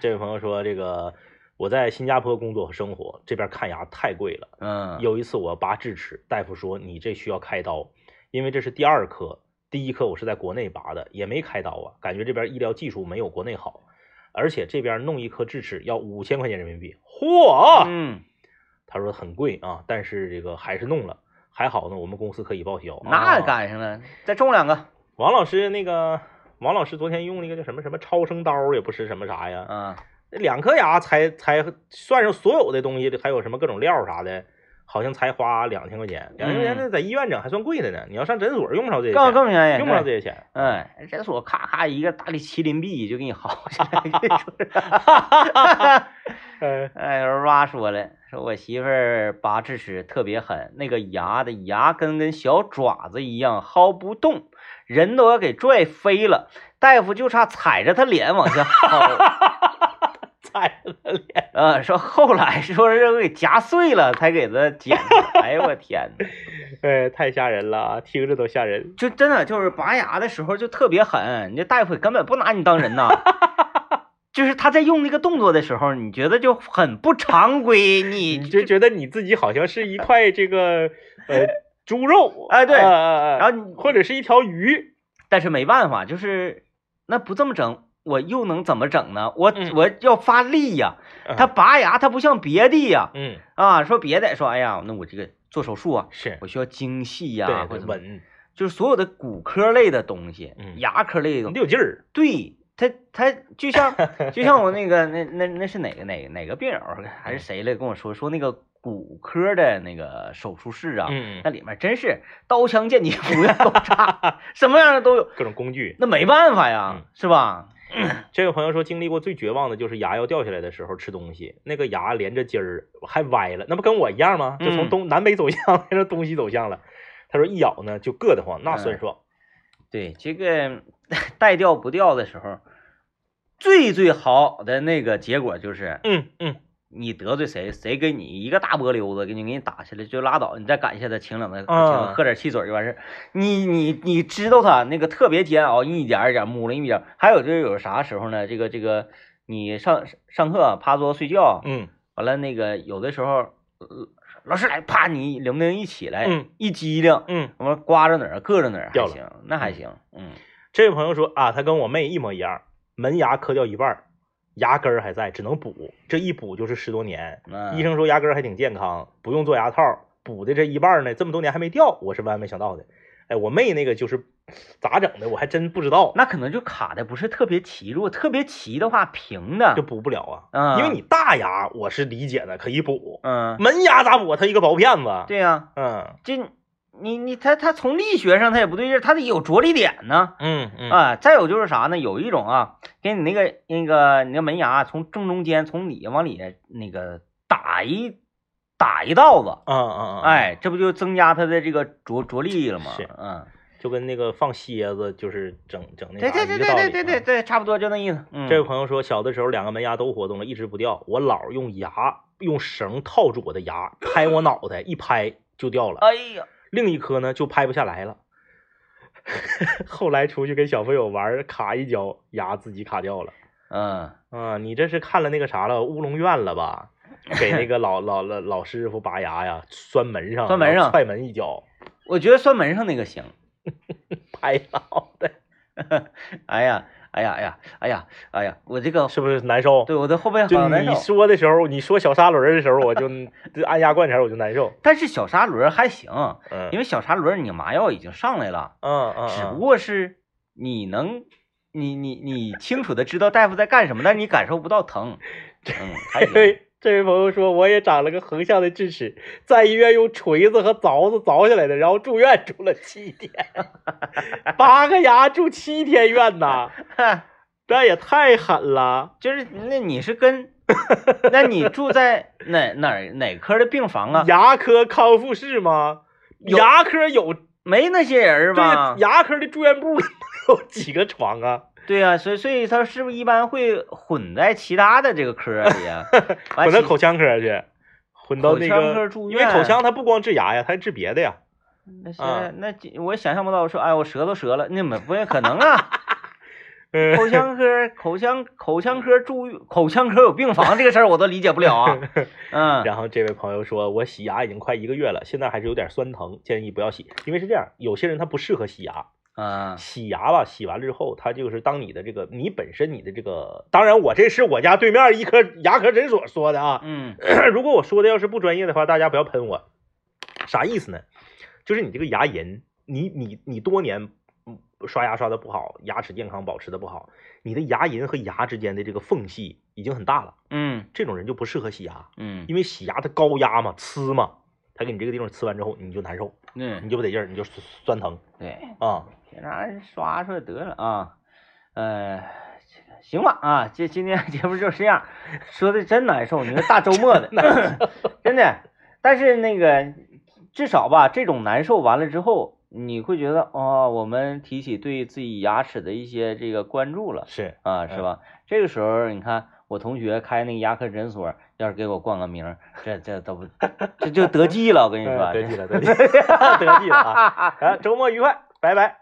Speaker 2: 这位朋友说这个。我在新加坡工作和生活，这边看牙太贵了。
Speaker 1: 嗯，
Speaker 2: 有一次我拔智齿，大夫说你这需要开刀，因为这是第二颗，第一颗我是在国内拔的，也没开刀啊，感觉这边医疗技术没有国内好，而且这边弄一颗智齿要五千块钱人民币，嚯！
Speaker 1: 嗯，
Speaker 2: 他说很贵啊，但是这个还是弄了，还好呢，我们公司可以报销。
Speaker 1: 那
Speaker 2: 啊
Speaker 1: 赶上了，再种两个。
Speaker 2: 王老师那个。王老师昨天用那个叫什么什么超声刀，也不是什么啥呀，
Speaker 1: 嗯，
Speaker 2: 两颗牙才才算上所有的东西，还有什么各种料啥的，好像才花两千块钱。两千块钱那在医院整还算贵的呢，你要上诊所用不着这些
Speaker 1: 嗯更更
Speaker 2: 钱，
Speaker 1: 便宜，
Speaker 2: 用不着这些钱。
Speaker 1: 哎，诊所咔咔一个大力麒麟臂就给你薅起 来。
Speaker 2: 呃，
Speaker 1: 哎，我妈说了，说我媳妇儿拔智齿特别狠，那个牙的牙根跟小爪子一样薅不动，人都要给拽飞了。大夫就差踩着她脸往下薅，
Speaker 2: 踩了个脸。
Speaker 1: 呃，说后来说是给夹碎了才给她剪的。哎呦我天呐，
Speaker 2: 呃，太吓人了啊，听着都吓人。
Speaker 1: 就真的就是拔牙的时候就特别狠，你这大夫根本不拿你当人呐。 就是他在用那个动作的时候，你觉得就很不常规，你
Speaker 2: 你就觉得你自己好像是一块这个 呃猪肉，
Speaker 1: 哎对
Speaker 2: 啊啊啊
Speaker 1: 然后你
Speaker 2: 或者是一条鱼，
Speaker 1: 但是没办法，就是那不这么整，我又能怎么整呢？我、
Speaker 2: 嗯
Speaker 1: 我要发力呀、
Speaker 2: 嗯
Speaker 1: 他拔牙，他不像别的呀、
Speaker 2: 嗯，
Speaker 1: 啊，说别的，说哎呀，那我这个做手术啊，
Speaker 2: 是
Speaker 1: 我需要精细呀、
Speaker 2: 对
Speaker 1: 或者
Speaker 2: 对
Speaker 1: 什啊么，
Speaker 2: 稳，
Speaker 1: 就是所有的骨科类的东西，
Speaker 2: 嗯
Speaker 1: 牙科类的东西，
Speaker 2: 你得有劲儿。
Speaker 1: 对他他就像就像我那个那那那是哪个哪个哪个病友
Speaker 2: 嗯
Speaker 1: 还是谁来跟我说说那个骨科的那个手术室啊，
Speaker 2: 嗯，
Speaker 1: 那里面真是刀枪剑戟 斧钺钩叉， 什么样的都有。
Speaker 2: 各种工具。
Speaker 1: 那没办法呀
Speaker 2: 嗯，
Speaker 1: 是吧？
Speaker 2: 这位朋友说，经历过最绝望的就是牙要掉下来的时候吃东西，那个牙连着筋儿还歪了，那不跟我一样吗？就
Speaker 1: 嗯
Speaker 2: 从东南北走向 变成东西走向了。他说一咬呢就硌得慌，那酸爽。
Speaker 1: 对，这个 带掉不掉的时候，最最好的那个结果就是
Speaker 2: 嗯嗯，
Speaker 1: 你得罪谁，谁给你一个大波溜子，给你给你打下来就拉倒，你再感谢他，请两杯，请两杯
Speaker 2: 啊
Speaker 1: 喝点汽水就完事儿。你你你知道他那个特别煎熬，一点儿一点儿摸了一点儿。还有就是有啥时候呢？这个这个，你上上课趴桌睡觉，
Speaker 2: 嗯
Speaker 1: 完了那个有的时候，呃老师来，啪你铃不铃一起来，
Speaker 2: 嗯
Speaker 1: 一激灵，
Speaker 2: 嗯。
Speaker 1: 什么刮着哪儿硌着哪儿
Speaker 2: 掉
Speaker 1: 还
Speaker 2: 了
Speaker 1: 行，那还行，嗯，
Speaker 2: 这位朋友说啊，他跟我妹一模一样，门牙磕掉一半儿，牙根儿还在，只能补，这一补就是十多年。
Speaker 1: 那
Speaker 2: 医生说牙根儿还挺健康，不用做牙套，补的这一半儿呢，这么多年还没掉，我是万万没想到的。哎，我妹那个就是咋整的，我还真不知道，
Speaker 1: 那可能就卡的不是特别齐，如果特别齐的话，平的
Speaker 2: 就，补不了啊。
Speaker 1: 啊，
Speaker 2: 因为你大牙我是理解的，可以补，
Speaker 1: 嗯，
Speaker 2: 门牙咋补啊？他一个薄片子。，
Speaker 1: 对呀、
Speaker 2: 嗯
Speaker 1: 这你你他他从力学上他也不对劲儿，他得有着力点呢。
Speaker 2: 嗯嗯
Speaker 1: 啊，再有就是啥呢？有一种啊，给你那个那个你的门牙从正中间从里往里那个打一打一道子，
Speaker 2: 嗯嗯，，
Speaker 1: 哎，这不就增加它的这个着着力了吗？
Speaker 2: 是
Speaker 1: 嗯，
Speaker 2: 就跟那个放蝎子就是整整那
Speaker 1: 对对
Speaker 2: 啥
Speaker 1: 对
Speaker 2: 一个
Speaker 1: 对
Speaker 2: 道理。
Speaker 1: 对对对
Speaker 2: 嗯
Speaker 1: 对，差不多就那意思。嗯，
Speaker 2: 这位朋友说，小的时候两个门牙都活动了，一直不掉。我姥用牙用绳套住我的牙，拍我脑袋，一拍就掉 了。
Speaker 1: 哎呀，
Speaker 2: 另一颗呢就拍不下来了。 后来出去跟小朋友玩儿，卡一跤，牙自己卡掉了。
Speaker 1: 嗯，
Speaker 2: 啊，你这是看了那个啥了，《乌龙院》了吧？给那 个老老老老师傅拔牙呀，拴门上，
Speaker 1: 拴门
Speaker 2: 然后
Speaker 1: 上
Speaker 2: 踹门一脚，
Speaker 1: 我觉得拴门上那个行。
Speaker 2: 拍脑袋，
Speaker 1: 哎呀，哎呀，哎呀，哎呀，哎呀，我这个
Speaker 2: 是不是难受？
Speaker 1: 对我的后背
Speaker 2: 就
Speaker 1: 好难
Speaker 2: 你
Speaker 1: 受。
Speaker 2: 说的时候，你说小砂轮儿的时候，我就就按压罐前儿我就难受。
Speaker 1: 但是小砂轮儿还行，
Speaker 2: 嗯，
Speaker 1: 因
Speaker 2: 为
Speaker 1: 为小砂轮儿你麻药已经上来了，
Speaker 2: 嗯嗯，
Speaker 1: 只不
Speaker 2: 嗯
Speaker 1: 过是你能，你你你清楚的知道大夫在干什么，但是你感受不到 疼。嗯，还
Speaker 2: 这
Speaker 1: 行。
Speaker 2: 位这位朋友说，我也长了个横向的智齿，在医院用锤子和凿子凿下来的，然后住院住了 七天，八个牙住七天院呐，这也太狠了。
Speaker 1: 就是那你是 跟，那你住在哪哪儿哪科的病房啊？
Speaker 2: 牙科康复室吗？
Speaker 1: 有
Speaker 2: 牙科有
Speaker 1: 没那些人儿
Speaker 2: 对
Speaker 1: 吧？
Speaker 2: 牙科的住院部有几个床啊？
Speaker 1: 对呀、所以所以他是不是一般会混在其他的这个科里 啊？完
Speaker 2: 混到
Speaker 1: 其
Speaker 2: 口腔科去，混到那
Speaker 1: 口腔科
Speaker 2: 个，
Speaker 1: 住
Speaker 2: 因为
Speaker 1: 院
Speaker 2: 口腔它不光治牙呀，它还治 别的呀。
Speaker 1: 那是、
Speaker 2: 啊
Speaker 1: 那这我想象不到，我说哎，我舌头折了，那没不可能啊！
Speaker 2: 嗯，
Speaker 1: 口腔科、口腔、口腔科住院口腔科有病房这个事儿我都理解不了 啊。嗯，
Speaker 2: 然后这位朋友说，我洗牙已经快一个月了，现在还是有点酸疼，建议不要洗，因为是这样，有些人他不适合洗牙，
Speaker 1: 啊，
Speaker 2: 洗牙吧，洗完了之后，它就是当你的这个你本身你的这个，当然我这是我家对面一科牙科诊所说的啊，
Speaker 1: 嗯，
Speaker 2: 如果我说的要是不专业的话，大家不要喷我。啥意思呢？就是你这个牙龈，你你你多年嗯刷牙刷的不好，牙齿健康保持的不好，你的牙龈和牙之间的这个缝隙已经很大了。
Speaker 1: 嗯，
Speaker 2: 这种人就不适合洗牙，
Speaker 1: 嗯，
Speaker 2: 因为洗牙它高压嘛，呲嘛，它给你这个地方呲完之后，你就难受，你
Speaker 1: 嗯，
Speaker 2: 就不得劲儿，你就酸酸疼
Speaker 1: 对，
Speaker 2: 啊。
Speaker 1: 平常刷刷得了啊。呃，这个行吧啊，这今天 节目就是这样，说的真难受。你说大周末的真的，但是那个至少吧，这种难受完了之后，你会觉得哦，我们提起对自己牙齿的一些这个关注了
Speaker 2: 是，
Speaker 1: 啊，是吧？这个时候你看。我同学开那个牙科诊所，要是给我冠个名儿，这这都不， 哎这就得计了。我跟你
Speaker 2: 嗯
Speaker 1: 说，
Speaker 2: 哎得劲了，得劲了，得劲了啊！啊，周末愉快，拜拜。